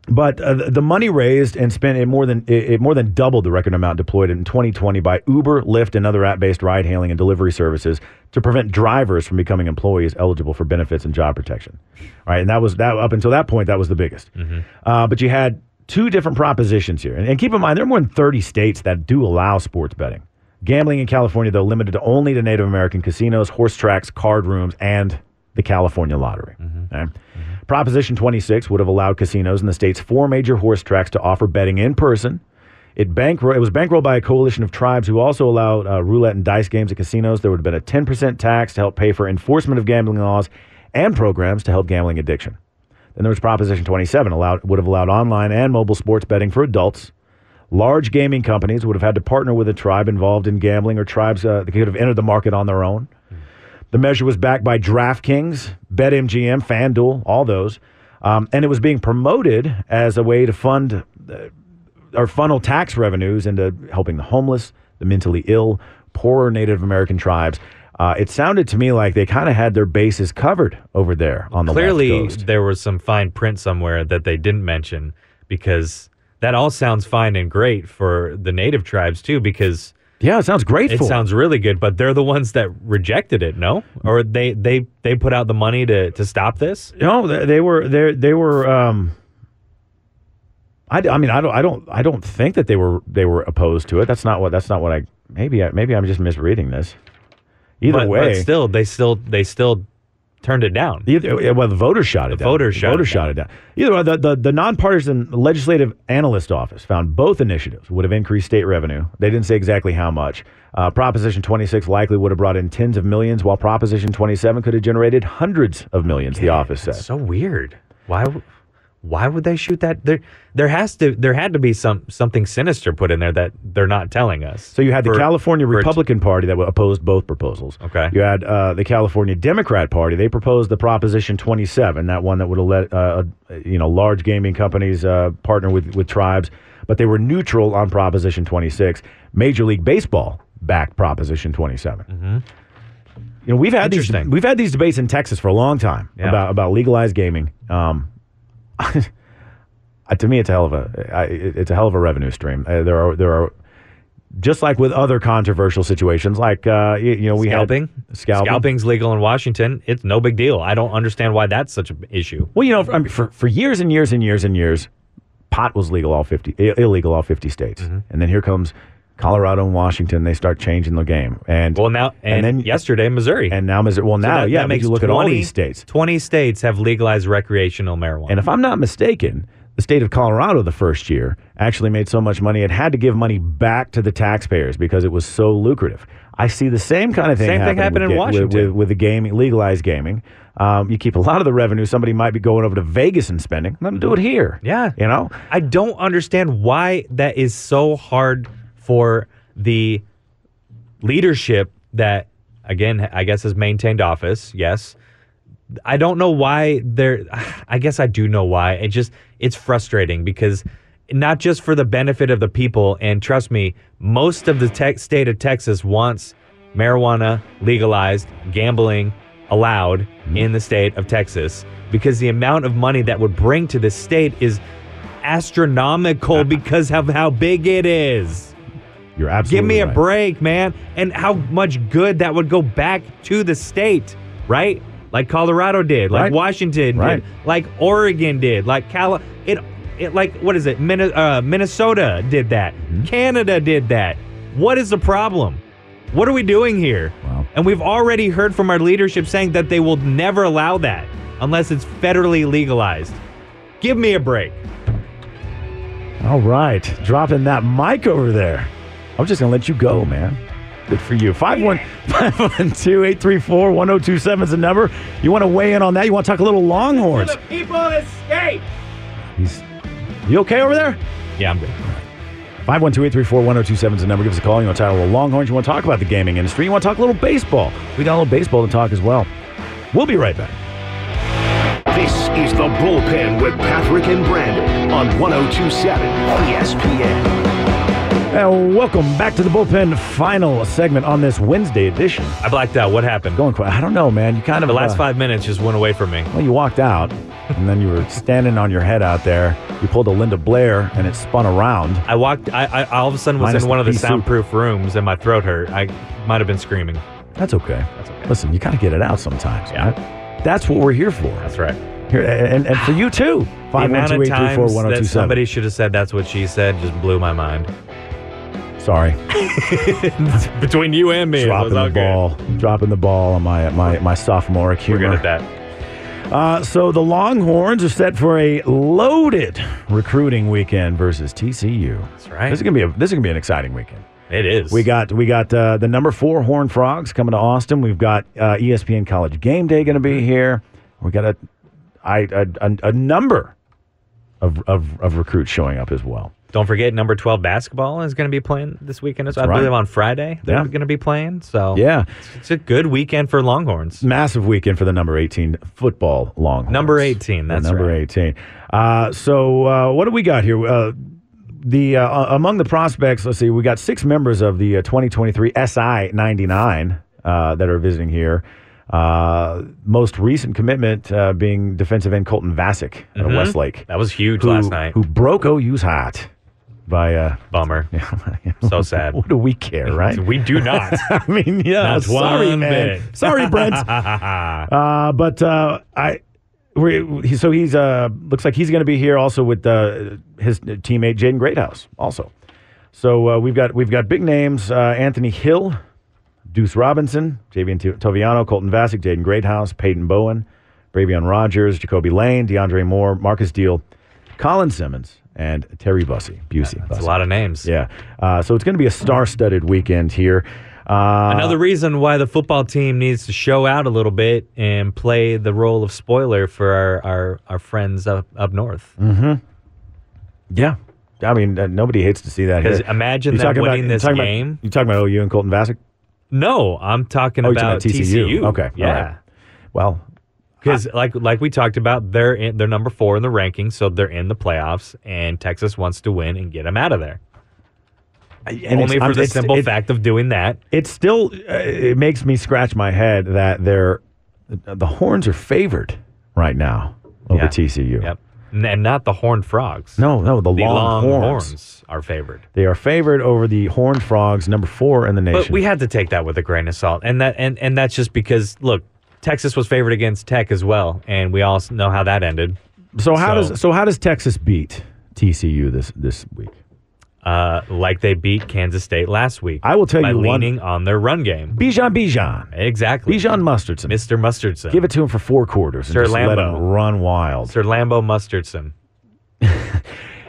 S2: But uh, th- the money raised and spent it more than it, it more than doubled the record amount deployed in 2020 by Uber, Lyft, and other app-based ride-hailing and delivery services to prevent drivers from becoming employees eligible for benefits and job protection. All right, and that was that up until that point that was the biggest. Uh, but you had two different propositions here, and, and keep in mind there are more than 30 states that do allow sports betting. Gambling in California, though, limited to only to Native American casinos, horse tracks, card rooms, and the California lottery. Okay? Proposition 26 would have allowed casinos in the state's four major horse tracks to offer betting in person. It, bankro- it was bankrolled by a coalition of tribes who also allowed uh, roulette and dice games at casinos. There would have been a 10% tax to help pay for enforcement of gambling laws and programs to help gambling addiction. Then there was Proposition 27, allowed, would have allowed online and mobile sports betting for adults. Large gaming companies would have had to partner with a tribe involved in gambling or tribes uh, that could have entered the market on their own.
S3: Hmm.
S2: The measure was backed by DraftKings, BetMGM, FanDuel, all those. Um, and it was being promoted as a way to fund uh, or funnel tax revenues into helping the homeless, the mentally ill, poorer Native American tribes. Uh, it sounded to me like they kind of had their bases covered over there on the left
S3: Clearly,
S2: coast.
S3: there was some fine print somewhere that they didn't mention because that all sounds fine and great for the native tribes too because
S2: Yeah, it sounds
S3: it
S2: grateful.
S3: sounds really good but they're the ones that rejected it no or they they they put out the money to to stop this
S2: No, they, they were they they were. Um, I, d- I mean I don't I don't I don't think that they were they were opposed to it. That's not what that's not what I maybe I, maybe I'm just misreading this. Either
S3: but,
S2: way,
S3: but still they still they still turned it down
S2: Either yeah, well, the voters shot it down.
S3: voters
S2: the
S3: shot
S2: voters
S3: it
S2: shot
S3: down.
S2: it down. Either way, the, the the nonpartisan legislative analyst office found both initiatives would have increased state revenue. They didn't say exactly how much. Uh, Proposition 26 likely would have brought in tens of millions, while Proposition 27 could have generated hundreds of millions. The office said.
S3: so weird why w- why would they shoot that there there has to there had to be some something sinister put in there that they're not telling us
S2: So you had the
S3: For-
S2: California
S3: for it to-
S2: Republican Party that opposed both proposals.
S3: Okay.
S2: You had uh, the California Democrat Party. They proposed the Proposition 27, that one that would have let uh, uh, you know large gaming companies uh, partner with with tribes, but they were neutral on Proposition 26. Major League Baseball backed Proposition 27. You know we've had these
S3: Mm-hmm. Interesting.
S2: we've had these debates in Texas for a long time
S3: Yeah.
S2: about about legalized gaming. Um, uh, to me, it's a hell of a I, it- it's a hell of a revenue stream. Uh, there are there are just like with other controversial situations, like uh, you, you know we
S3: scalping?
S2: had scalping.
S3: Scalping's legal in Washington. It's no big deal. I don't understand why that's such an issue.
S2: Well, you know, for, I mean, for for years and years and years and years, pot was legal all fifty i- illegal all fifty states,
S3: Mm-hmm.
S2: and then here comes Colorado and Washington. They start changing the game, and
S3: Well, now and,
S2: then-
S3: yesterday, Missouri.
S2: and now is it well
S3: So
S2: now
S3: that-
S2: yeah
S3: that
S2: but
S3: makes
S2: you look at all
S3: 20
S2: these states,
S3: Twenty states have legalized recreational marijuana.
S2: and if I'm not mistaken. The state of Colorado, the first year, actually made so much money it had to give money back to the taxpayers because it was so lucrative. I see the same kind of thing.
S3: Same thing
S2: happen
S3: happened in
S2: with ga- with-
S3: Washington.
S2: with, with the gaming, legalized gaming. Um, you keep a lot of the revenue. Somebody might be going over to Vegas and spending. Let them do it here.
S3: Yeah.
S2: you know.
S3: I don't understand why that is so hard for the leadership that, again, I guess has maintained office. Yes. I don't know why they're, I guess I do know why. It just, it's frustrating because not just for the benefit of the people, and trust me, most of the tech state of Texas wants marijuana legalized, gambling allowed in the state of Texas because the amount of money that would bring to the state is astronomical because of how big it is.
S2: You're absolutely.
S3: Give me a
S2: right.
S3: break, man. And how much good that would go back to the state, right? Like Colorado did, like
S2: Right.
S3: Washington
S2: Right.
S3: did, like Oregon did, like Cal. It it, like what is it? Min- uh, Minnesota did that.
S2: Mm-hmm.
S3: Canada did that. What is the problem? What are we doing here?
S2: Wow.
S3: And we've already heard from our leadership saying that they will never allow that unless it's federally legalized. Give me a break.
S2: All right, dropping that mic over there. I'm just gonna let you go, man. Good for you. 512-834-1027 is the number. You want to weigh in on that? You want to talk a little Longhorns?
S3: people escape.
S2: He's, you okay over there?
S3: Yeah, I'm good.
S2: 512-834-1027 is the number. Give us a call. You want to talk a little Longhorns? You want to talk about the gaming industry? You want to talk a little baseball? We got a little baseball to talk as well. We'll be right back.
S1: This is the bullpen with Patrick and Brandon on 1027 ESPN.
S2: And welcome back to the bullpen final segment on this Wednesday edition.
S3: I blacked out. What happened?
S2: Going quite, I don't know, man. You kind of
S3: The last
S2: uh,
S3: five minutes just went away from me.
S2: Well, you walked out, and then you were standing on your head out there. You pulled a Linda Blair, and it spun around.
S3: I walked. I, I all of a sudden was
S2: Minus
S3: in one of the
S2: the pea soup.
S3: soundproof rooms, and my throat hurt. I might have been screaming.
S2: That's okay.
S3: That's okay.
S2: Listen, you got to get it out sometimes.
S3: Yeah.
S2: right? That's what we're here for.
S3: That's right.
S2: Here, and, and for you too.
S3: The amount of
S2: 512-834-1027.
S3: times that somebody should have said that's what she said just blew my mind.
S2: Sorry,
S3: Between you and me, it was
S2: dropping
S3: all
S2: the
S3: good.
S2: ball, dropping the ball on my my my sophomoric
S3: We're
S2: humor.
S3: good at that.
S2: Uh, so the Longhorns are set for a loaded recruiting weekend versus TCU.
S3: That's right.
S2: This is gonna be a, this is gonna be an exciting weekend.
S3: It is.
S2: We got we got uh, the number four Horn Frogs coming to Austin. We've got uh, ESPN College Game Day going to be here. We got a, I, a, a, a number of, of of recruits showing up as well.
S3: Don't forget, number twelve basketball is going to be playing this weekend. as well. I
S2: right.
S3: believe on Friday they're
S2: Yeah.
S3: going to be playing. So
S2: Yeah,
S3: it's a good weekend for Longhorns.
S2: massive weekend for the number eighteen football Longhorns.
S3: Number 18,
S2: The
S3: that's
S2: number
S3: right.
S2: eighteen. Uh, so uh, what do we got here? Uh, the uh, among the prospects, let's see, we got six members of the uh, 2023 SI 99 uh, that are visiting here. Uh, most recent commitment uh, being defensive end Colton Vasick out of Westlake,
S3: Mm-hmm. That was huge
S2: who,
S3: last night.
S2: who broke OU's heart by. Uh,
S3: Bummer. So sad.
S2: What do we care, right?
S3: We do not.
S2: I mean, yeah,
S3: Not
S2: sorry,
S3: one
S2: man.
S3: bit.
S2: Sorry, Brent. uh, but uh, I, we, he- so he's uh, looks like he's going to be here also with uh, his teammate Jaden Greathouse also. So uh, we've got we've got big names: uh, Anthony Hill, Deuce Robinson, Javian T- Toviano, Colton Vasic, Jaden Greathouse, Peyton Bowen, Bravion Rogers, Jacoby Lane, DeAndre Moore, Marcus Deal, Colin Simmons, and Terry Bussey. Busey.
S3: It's
S2: Bussey.
S3: a lot of names.
S2: Yeah. Uh, so it's going to be a star-studded weekend here. Uh,
S3: Another reason why the football team needs to show out a little bit and play the role of spoiler for our, our, our friends up, up north.
S2: Mm. Yeah. I mean, uh, nobody hates to see that.
S3: 'Cause
S2: here.
S3: imagine
S2: You
S3: them
S2: talking
S3: winning
S2: you
S3: this
S2: talking
S3: game.
S2: you talking about OU and Colton Vasic?
S3: No, I'm talking
S2: Oh, you
S3: about
S2: TCU.
S3: TCU.
S2: Okay. all
S3: Yeah.
S2: right. Well,
S3: Because like like we talked about, they're in, they're number four in the rankings, so they're in the playoffs, and Texas wants to win and get them out of there.
S2: and
S3: Only for
S2: I'm-
S3: the simple
S2: it-
S3: fact of doing that.
S2: It still uh, it makes me scratch my head that they're the horns are favored right now over
S3: Yeah.
S2: TCU.
S3: Yep. N- And not the Horned Frogs.
S2: No, no, the,
S3: the
S2: long, horns.
S3: are favored.
S2: They are favored over the Horned Frogs, number four in the nation.
S3: But we had to take that with a grain of salt, and that and and that's just because look, Texas was favored against Tech as well, and we all know how that ended.
S2: so how
S3: so-
S2: does so how does Texas beat TCU this this week?
S3: Uh, like they beat Kansas State last week.
S2: I will tell
S3: by
S2: you one-
S3: leaning on their run game.
S2: Bijan Bijan,
S3: Exactly,
S2: Bijan Mustardson.
S3: Mr. Mustardson.
S2: Give it to him for four quarters and
S3: Sir
S2: just let him
S3: Lambeau.
S2: run wild.
S3: Sir Lambo Mustardson.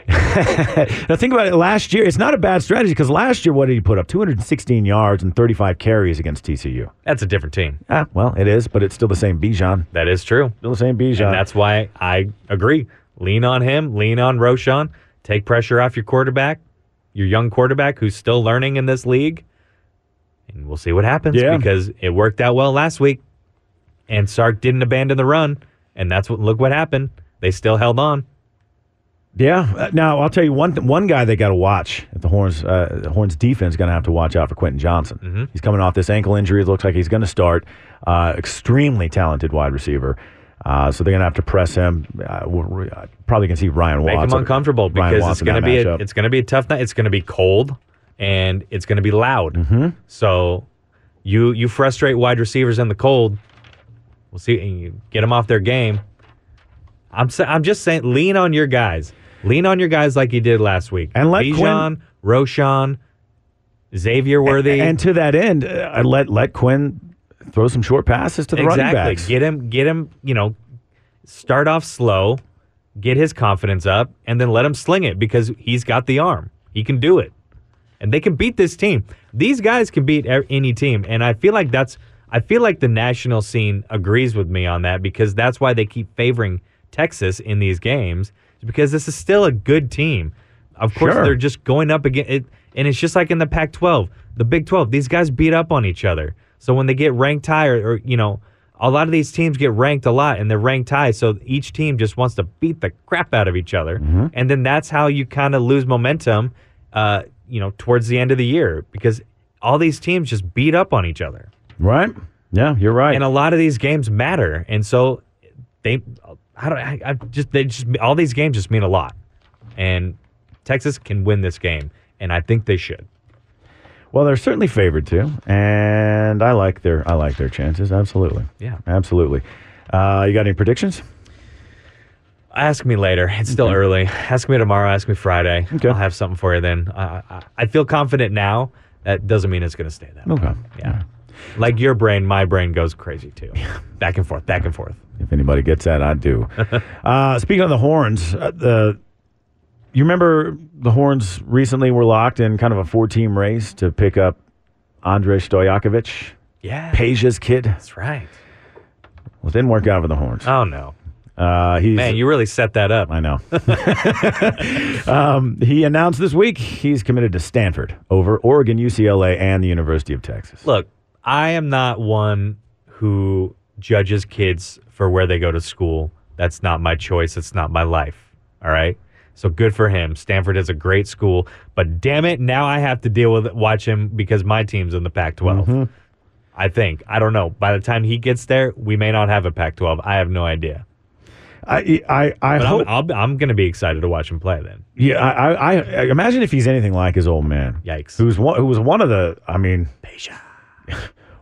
S2: Now think about it. Last year, it's not a bad strategy because last year, what did he put up? 216 yards and 35 carries against TCU.
S3: That's a different team.
S2: Ah, well, it is, but it's still the same Bijan.
S3: That is true.
S2: Still the same Bijan.
S3: And that's why I agree. Lean on him. Lean on Roshan. Take pressure off your quarterback, your young quarterback who's still learning in this league. And we'll see what happens
S2: Yeah.
S3: because it worked out well last week. And Sark didn't abandon the run. And that's what look what happened. They still held on.
S2: yeah. Uh, Now I'll tell you one one guy they got to watch at the Horns. Uh, the Horns defense going to have to watch out for Quentin Johnson. He's coming off this ankle injury. It looks like he's going to start. Uh, extremely talented wide receiver. Uh, so they're going to have to press him. Uh, we're, uh, probably going to see Ryan
S3: Make
S2: Watts.
S3: him uncomfortable
S2: Ryan
S3: because
S2: Watts
S3: it's
S2: in
S3: gonna
S2: that
S3: be a,
S2: matchup.
S3: it's gonna be a tough night. It's gonna be cold and it's gonna be loud.
S2: Mm-hmm.
S3: So you you frustrate wide receivers in the cold. We'll see. And you get them off their game. I'm sa- I'm just saying, lean on your guys. Lean on your guys like you did last week.
S2: And let
S3: Bijan, Roshan, Xavier Worthy.
S2: And to that end, uh, I let let Quinn throw some short passes to the running
S3: exactly.
S2: backs.
S3: Get him. Get him. You know, start off slow, get his confidence up, and then let him sling it because he's got the arm. He can do it, and they can beat this team. These guys can beat a- any team, and I feel like that's. I feel like the national scene agrees with me on that because that's why they keep favoring Texas in these games because this is still a good team. Of course,
S2: Sure.
S3: they're just going up again, it, and it's just like in the Pac-12, the Big 12. These guys beat up on each other. So when they get ranked high, or, or you know, a lot of these teams get ranked a lot, and they're ranked high. So each team just wants to beat the crap out of each other, and then that's how you kind of lose momentum, uh, you know, towards the end of the year because all these teams just beat up on each other,
S2: Right? Yeah, you're right.
S3: and a lot of these games matter, and so they, I don't, I, I just they just all these games just mean a lot, and Texas can win this game, and I think they should.
S2: Well, they're certainly favored too, and I like their I like their chances. Absolutely.
S3: Yeah.
S2: Absolutely. Uh, you got any predictions?
S3: Ask me later. It's still early. Ask me tomorrow. Ask me Friday.
S2: Okay.
S3: I'll have something for you then. I, I, I feel confident now. That doesn't mean it's going to stay that way.
S2: Okay.
S3: Yeah. Like your brain, my brain goes crazy too. Back and forth, back and forth.
S2: If anybody gets that, I do. uh, speaking of the horns, uh, the you remember the horns recently were locked in kind of a four team race to pick up Andre Stoyakovich,
S3: Yeah.
S2: Peja's kid.
S3: That's right.
S2: Well, it didn't work out for the horns.
S3: Oh, no.
S2: Uh, he's
S3: Man, you really set that up.
S2: I know. um, he announced this week he's committed to Stanford over Oregon, UCLA, and the University of Texas.
S3: Look, I am not one who judges kids for where they go to school. That's not my choice. It's not my life. All right. So good for him. Stanford is a great school, but damn it, now I have to deal with it, watch him because my team's in the Pac-12. I think. I don't know. By the time he gets there, we may not have a Pac-12. I have no idea.
S2: I I, I
S3: But
S2: hope.
S3: I'm, I'll, I'm going to be excited to watch him play then.
S2: yeah, I, I I imagine if he's anything like his old man.
S3: Yikes.
S2: Who's one? Who was one of the? I mean,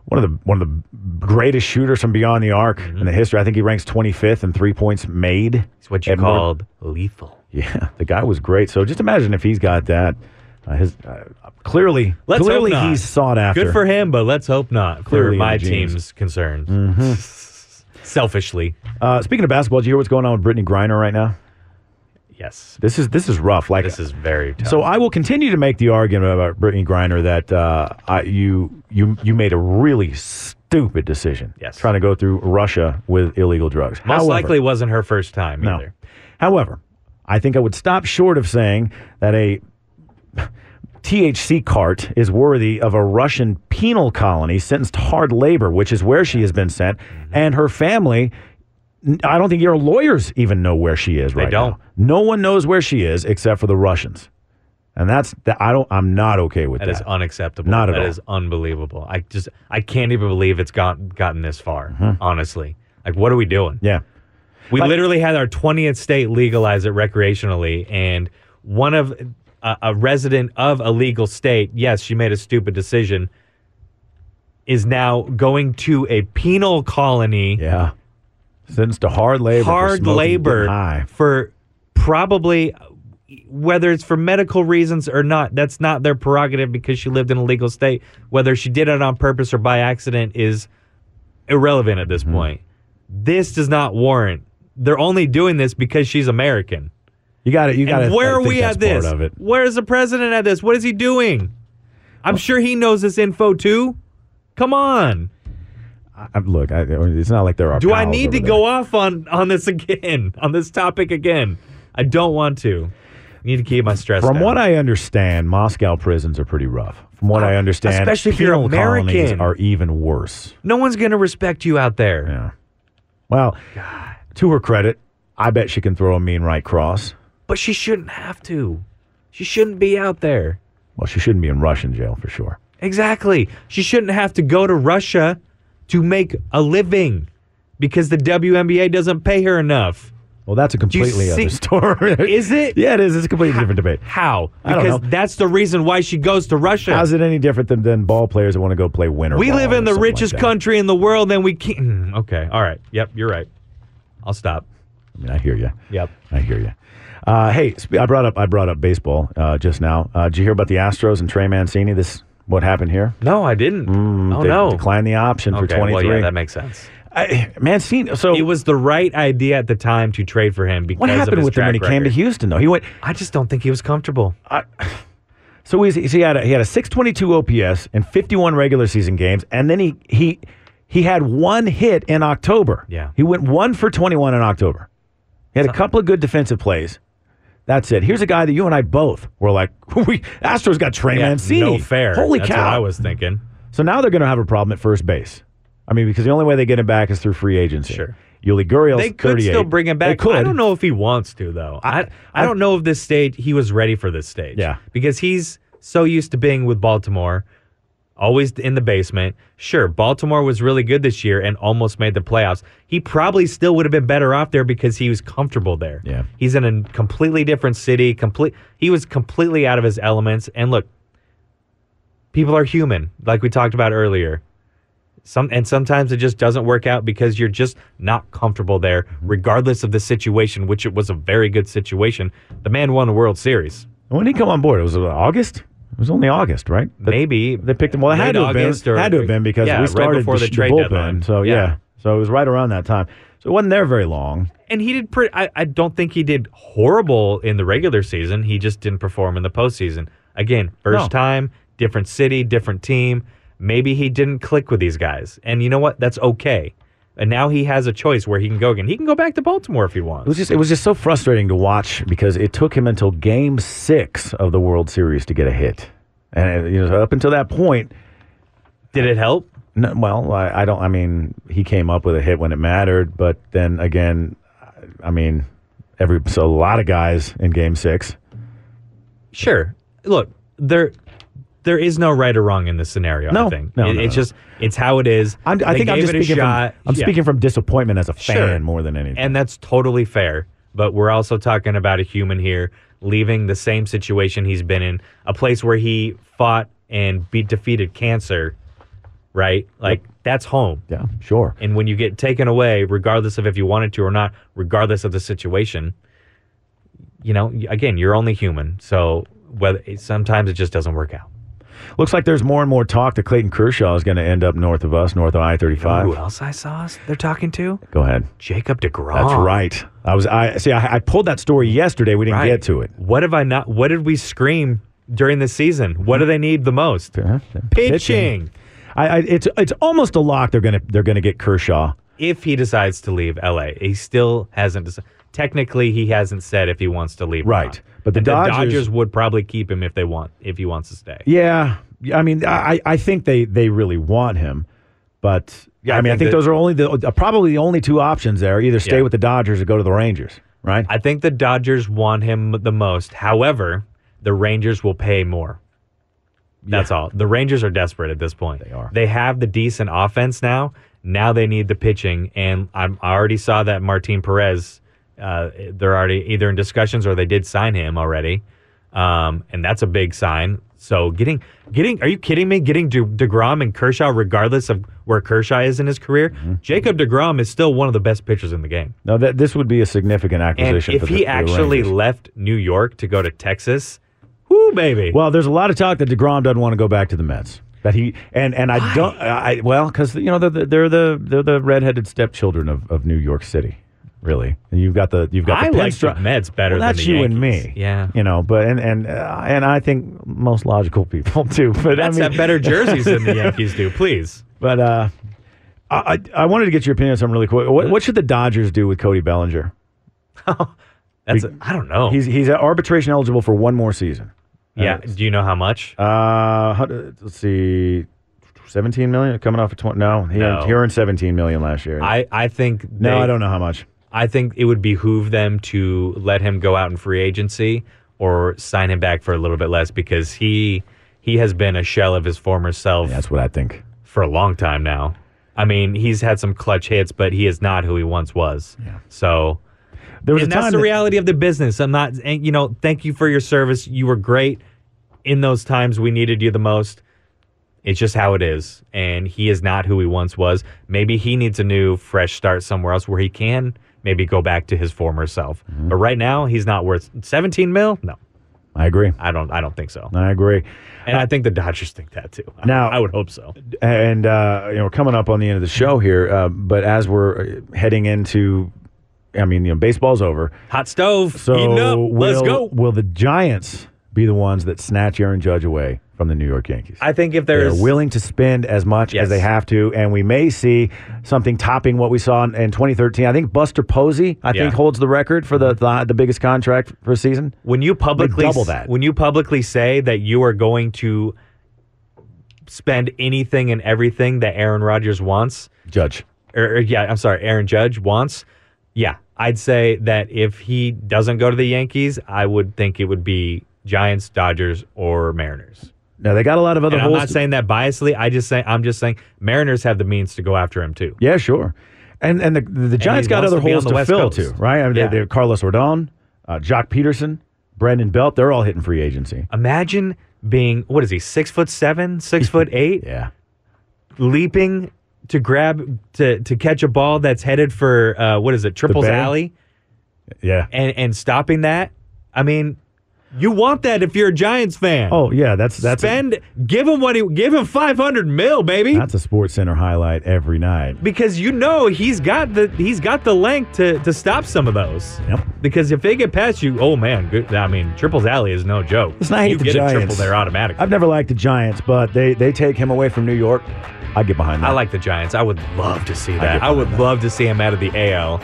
S2: one of the one of the greatest shooters from beyond the arc in the history. I think he ranks 25th in three points made.
S3: Mm-hmm. It's what you
S2: at North-
S3: called lethal.
S2: Yeah, the guy was great. So just imagine if he's got that. Uh, his uh, clearly,
S3: Let's hope
S2: clearly
S3: not.
S2: he's sought after.
S3: Good for him, but let's hope not. For
S2: Clearly in
S3: my
S2: the Mm-hmm. jeans.
S3: team's concerned. Selfishly,
S2: Uh, speaking of basketball, do you hear what's going on with Brittany Griner right now?
S3: yes.
S2: This is this is rough. Like
S3: This is very tough.
S2: so, I will continue to make the argument about Brittany Griner that uh, I, you you you made a really stupid decision.
S3: Yes.
S2: trying to go through Russia with illegal drugs.
S3: most
S2: However-
S3: likely wasn't her first time
S2: no.
S3: either.
S2: However, I think I would stop short of saying that a THC cart is worthy of a Russian penal colony sentenced to hard labor, which is where she has been sent,
S3: Mm-hmm.
S2: and her family. n- I don't think your lawyers even know where she is right
S3: don't.
S2: now. No one knows where she is except for the Russians, and that's that. I don't. I'm not okay with
S3: That is unacceptable.
S2: Not at
S3: That
S2: all.
S3: is unbelievable. I just I can't even believe it's got gotten this far. Honestly, like what are we doing?
S2: Mm-hmm. yeah,
S3: We literally had our 20th state legalize it recreationally, and one of a, a resident of a legal state, yes, she made a stupid decision, is now going to a penal colony,
S2: yeah. Sentenced to hard labor. for
S3: hard
S2: smoking
S3: labor
S2: high.
S3: for probably whether it's for medical reasons or not. That's not their prerogative because she lived in a legal state. Whether she did it on purpose or by accident is irrelevant at this
S2: Mm-hmm.
S3: point. This does not warrant. They're only doing this because she's American.
S2: You got it. You got
S3: And
S2: it.
S3: where are we at this?
S2: Of it.
S3: Where is the president at this? What is he doing? I'm sure he knows this info too. Come on.
S2: I, look, I, it's not like there are.
S3: Do I need to go off on on this again, on this topic again? I don't want to. I need to keep my stress
S2: From
S3: down.
S2: what I understand, Moscow prisons are pretty rough. From what I understand,
S3: Uh, especially if you're
S2: penal colonies
S3: American.
S2: are even worse.
S3: no one's going to respect you out there.
S2: Yeah. Well, to her credit, I bet she can throw a mean right cross.
S3: But she shouldn't have to. She shouldn't be out there.
S2: Well, she shouldn't be in Russian jail for sure.
S3: Exactly. She shouldn't have to go to Russia to make a living because the WNBA doesn't pay her enough.
S2: Well, that's a completely
S3: see-
S2: other story.
S3: Is it?
S2: Yeah, it is. It's a completely different debate.
S3: How?
S2: I don't
S3: Because
S2: know.
S3: that's the reason why she goes to Russia.
S2: How's it any different than, than ball players that want to go play winter?
S3: we
S2: ball
S3: live
S2: or
S3: in the
S2: something like
S3: richest
S2: that?
S3: country in the world, and we can't. Mm, Okay. All right. Yep. You're right. I'll stop.
S2: I mean, I hear you.
S3: Yep.
S2: I hear you. Uh, hey, sp- I brought up I brought up baseball uh, just now. Uh, did you hear about the Astros and Trey Mancini? This what happened here?
S3: No, I didn't. oh
S2: Mm, they
S3: no.
S2: declined the option for
S3: okay,
S2: twenty
S3: well,
S2: three.
S3: yeah, that makes sense.
S2: I, Mancini. So
S3: It was the right idea at the time to trade for him because
S2: Oh. what
S3: of
S2: happened
S3: his
S2: with him when he
S3: track
S2: came to
S3: record.
S2: Houston though? He went.
S3: I just don't think he was comfortable.
S2: So he's, he's- he had a, he had a 622 OPS in 51 regular season games, and then he he he had one hit in October.
S3: Yeah.
S2: he went one for 21 in October. He had a couple of good defensive plays. That's it. Here's a guy that you and I both were like, we Astros got Trey
S3: Yeah,
S2: Mancini.
S3: no fair.
S2: Holy
S3: That's
S2: cow!
S3: What I was thinking.
S2: So now they're going to have a problem at first base. I mean, because the only way they get him back is through free agency.
S3: Sure.
S2: Yuli Gurriel's
S3: They could
S2: 38.
S3: still bring him
S2: They
S3: back.
S2: could.
S3: I don't know if he wants to though. I I, don't know if this stage he was ready for this stage.
S2: Yeah.
S3: because he's so used to being with Baltimore, always in the basement. Sure, Baltimore was really good this year and almost made the playoffs. He probably still would have been better off there because he was comfortable there.
S2: Yeah.
S3: he's in a completely different city. Complete. He was completely out of his elements. And look, people are human, like we talked about earlier. Some and sometimes it just doesn't work out because you're just not comfortable there, regardless of the situation, which it was a very good situation. The man won a World Series.
S2: When did he come on board? It was uh, August. It was only August, right? That-
S3: Maybe
S2: They picked him. Well, it had
S3: late
S2: to have been.
S3: August or-
S2: had to have been because
S3: yeah,
S2: we
S3: right
S2: started
S3: before the
S2: sh-
S3: trade
S2: bullpen.
S3: deadline.
S2: So yeah.
S3: Yeah.
S2: so it was right around that time. So it wasn't there very long.
S3: and he did pretty. I, I don't think he did horrible in the regular season. He just didn't perform in the postseason. Again, first
S2: No.
S3: time, different city, different team. Maybe he didn't click with these guys, and you know what? That's okay. And now he has a choice where he can go again. He can go back to Baltimore if he
S2: It was
S3: wants.
S2: just it was just so frustrating to watch because it took him until Game Six of the World Series to get a hit, and uh, you know up until that point,
S3: Did it help?
S2: No, well, I, I don't. I mean, he came up with a hit when it mattered, but then again, I- I mean, every so a lot of guys in Game Six.
S3: Sure. Look, there there is no right or wrong in this scenario.
S2: No,
S3: I think.
S2: no,
S3: It-
S2: no,
S3: it's
S2: no.
S3: just it's how it is.
S2: I'm, I
S3: They
S2: think I'm
S3: gave
S2: just
S3: it a
S2: speaking.
S3: shot.
S2: From, I'm
S3: Yeah.
S2: speaking from disappointment as a fan
S3: Sure.
S2: more than anything.
S3: and that's totally fair. But we're also talking about a human here leaving the same situation he's been in, a place where he fought and beat defeated cancer, right? Like that's home.
S2: yeah, sure.
S3: And when you get taken away, regardless of if you wanted to or not, regardless of the situation, you know, y- again, you're only human. So whether sometimes it just doesn't work out.
S2: Looks like there's more and more talk that Clayton Kershaw is going to end up north of us, north of I-35.
S3: Who else I saw is- they're talking to?
S2: Go ahead.
S3: Jacob DeGrom.
S2: Uh, That's right. I was. I see. I, I pulled that story yesterday. We didn't
S3: Right.
S2: get to it.
S3: What have I not? What did we scream during the season? What do they need the most?
S2: Yeah.
S3: Pitching.
S2: I, I, it's it's almost a lock. They're gonna they're gonna get Kershaw.
S3: If he decides to leave LA, he still hasn't decided. Technically, he hasn't said if he wants to leave. or
S2: Right.
S3: not.
S2: But the
S3: And
S2: Dodgers-
S3: would probably keep him if they want, if he wants to stay.
S2: Yeah, Yeah, I mean, I, I think they, they really want him, but yeah,
S3: Yeah,
S2: I
S3: I
S2: mean, I think
S3: think that-
S2: those are only the uh, probably the only two options there: either stay
S3: Yeah.
S2: with the Dodgers or go to the Rangers, right?
S3: I think the Dodgers want him the most. However, the Rangers will pay more. That's all. The Rangers are desperate at this point. They
S2: are.
S3: They have the decent offense now. Now they need the pitching, and I'm, I already saw that Martin Perez. Uh, they're already either in discussions or they did sign him already, um, and that's a big sign. So getting, getting, are you kidding me? Getting De- Degrom and Kershaw, regardless of where Kershaw is in his career, Jacob Degrom is still one of the best pitchers in the game.
S2: no, that this would be a significant
S3: And
S2: acquisition.
S3: if
S2: for the-
S3: he
S2: for the
S3: actually
S2: Rangers.
S3: left New York to go to Texas, whoo, baby.
S2: well, there's a lot of talk that Degrom doesn't want to go back to the Mets. That he and and I don't I well because you know they're the, they're the they're the redheaded stepchildren of, of New York City, really. And you've got the you've got
S3: I
S2: the
S3: like the
S2: pinstri-
S3: Mets better
S2: Well,
S3: than
S2: that's
S3: the
S2: you and
S3: Yankees.
S2: me.
S3: Yeah.
S2: you know, but and and uh, and I think most logical people too. But
S3: That's
S2: I mean,
S3: have better jerseys than the Yankees do, please.
S2: But uh, I I I wanted to get your opinion on something really quick. What, what should the Dodgers do with Cody Bellinger?
S3: That's I I don't know.
S2: He's he's arbitration eligible for one more season.
S3: yeah. Do you know how much?
S2: Uh, hun- let's see, seventeen million coming off of twenty. No, he,
S3: No.
S2: Earned, he earned seventeen million last year.
S3: I, I think
S2: no,
S3: they-
S2: I don't know how much.
S3: I think it would behoove them to let him go out in free agency or sign him back for a little bit less because he he has been a shell of his former self
S2: That's what I think.
S3: for a long time now. I mean, he's had some clutch hits, but he is not who he once was. So
S2: There was
S3: and
S2: a time
S3: that's the
S2: that-
S3: reality of the business. I'm not, and, you know, thank you for your service. You were great in those times we needed you the most. It's just how it is. And he is not who he once was. Maybe he needs a new, fresh start somewhere else where he can maybe go back to his former self. But right now, he's not worth 17 mil. No,
S2: I agree.
S3: I don't. I don't think so.
S2: I agree.
S3: And I think the Dodgers think that too. I-
S2: Now-
S3: I would hope so.
S2: And uh, you know, we're coming up on the end of the show here, uh, but as we're uh, heading into, I mean, you know, baseball's over.
S3: Hot stove.
S2: So
S3: heating up.
S2: will,
S3: Let's go.
S2: Will the Giants be the ones that snatch Aaron Judge away from the New York Yankees?
S3: I think if
S2: They're
S3: there's
S2: willing to spend as much as
S3: Yes.
S2: they have to, and we may see something topping what we saw in, in 2013. I think Buster Posey, I
S3: Yeah. Mm-hmm.
S2: think, holds the record for the, the the biggest contract for a season.
S3: when you publicly
S2: double that.
S3: when you publicly say that you are going to spend anything and everything that Aaron Rodgers wants,
S2: Judge,
S3: or, or, yeah, I'm sorry, Aaron Judge wants, yeah, I'd say that if he doesn't go to the Yankees, I would think it would be Giants, Dodgers, or Mariners.
S2: now they got a lot of other
S3: And I'm
S2: holes.
S3: not
S2: to-
S3: saying that biasly. I just say I'm just saying Mariners have the means to go after him too.
S2: yeah, sure, and and the the Giants got
S3: wants
S2: other
S3: to be on
S2: holes
S3: the
S2: to
S3: West
S2: fill
S3: Coast.
S2: too, right? I mean, they-
S3: Yeah.
S2: they, have Carlos Rodon, uh, Jock Peterson, Brandon Belt, they're all hitting free agency.
S3: Imagine being what is he six foot seven, six foot eight,
S2: Yeah,
S3: leaping to grab to to catch a ball that's headed for uh, what is it triples
S2: bay?
S3: alley
S2: yeah.
S3: and and stopping that. I mean, you want that if you're a Giants fan.
S2: Oh yeah, that's that's a-
S3: spend give him what he give him 500 mil, baby.
S2: that's a Sports Center highlight every night.
S3: because you know he's got the he's got the length to to stop some of those.
S2: Yep.
S3: Because if they get past you, oh man, good. I mean, triples alley is no joke.
S2: Let's not hate
S3: you
S2: the
S3: get a triple
S2: Giants.
S3: there automatically.
S2: I've never liked the Giants, but they they take him away from New York. I get behind that.
S3: I like the Giants. I would love to see
S2: get
S3: that. I, would
S2: behind that.
S3: love to see him out of the AL,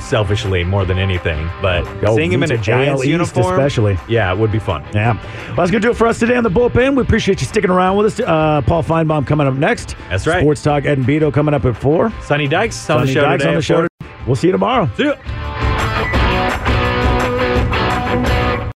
S3: selfishly more than anything. But
S2: Yo,
S3: seeing him
S2: me
S3: in a
S2: too.
S3: Giants
S2: AL East
S3: uniform,
S2: especially.
S3: yeah, it would be fun.
S2: Yeah. Well, that's going to do it for us today on the bullpen. We appreciate you sticking around with us. Uh, Paul Feinbaum coming up next.
S3: That's right.
S2: Sports Talk Ed and Beto coming up at 4.
S3: Sonny Dykes on
S2: Sonny
S3: the show
S2: Dykes
S3: today.
S2: on the
S3: of
S2: show.
S3: course.
S2: We'll see you tomorrow.
S3: See ya.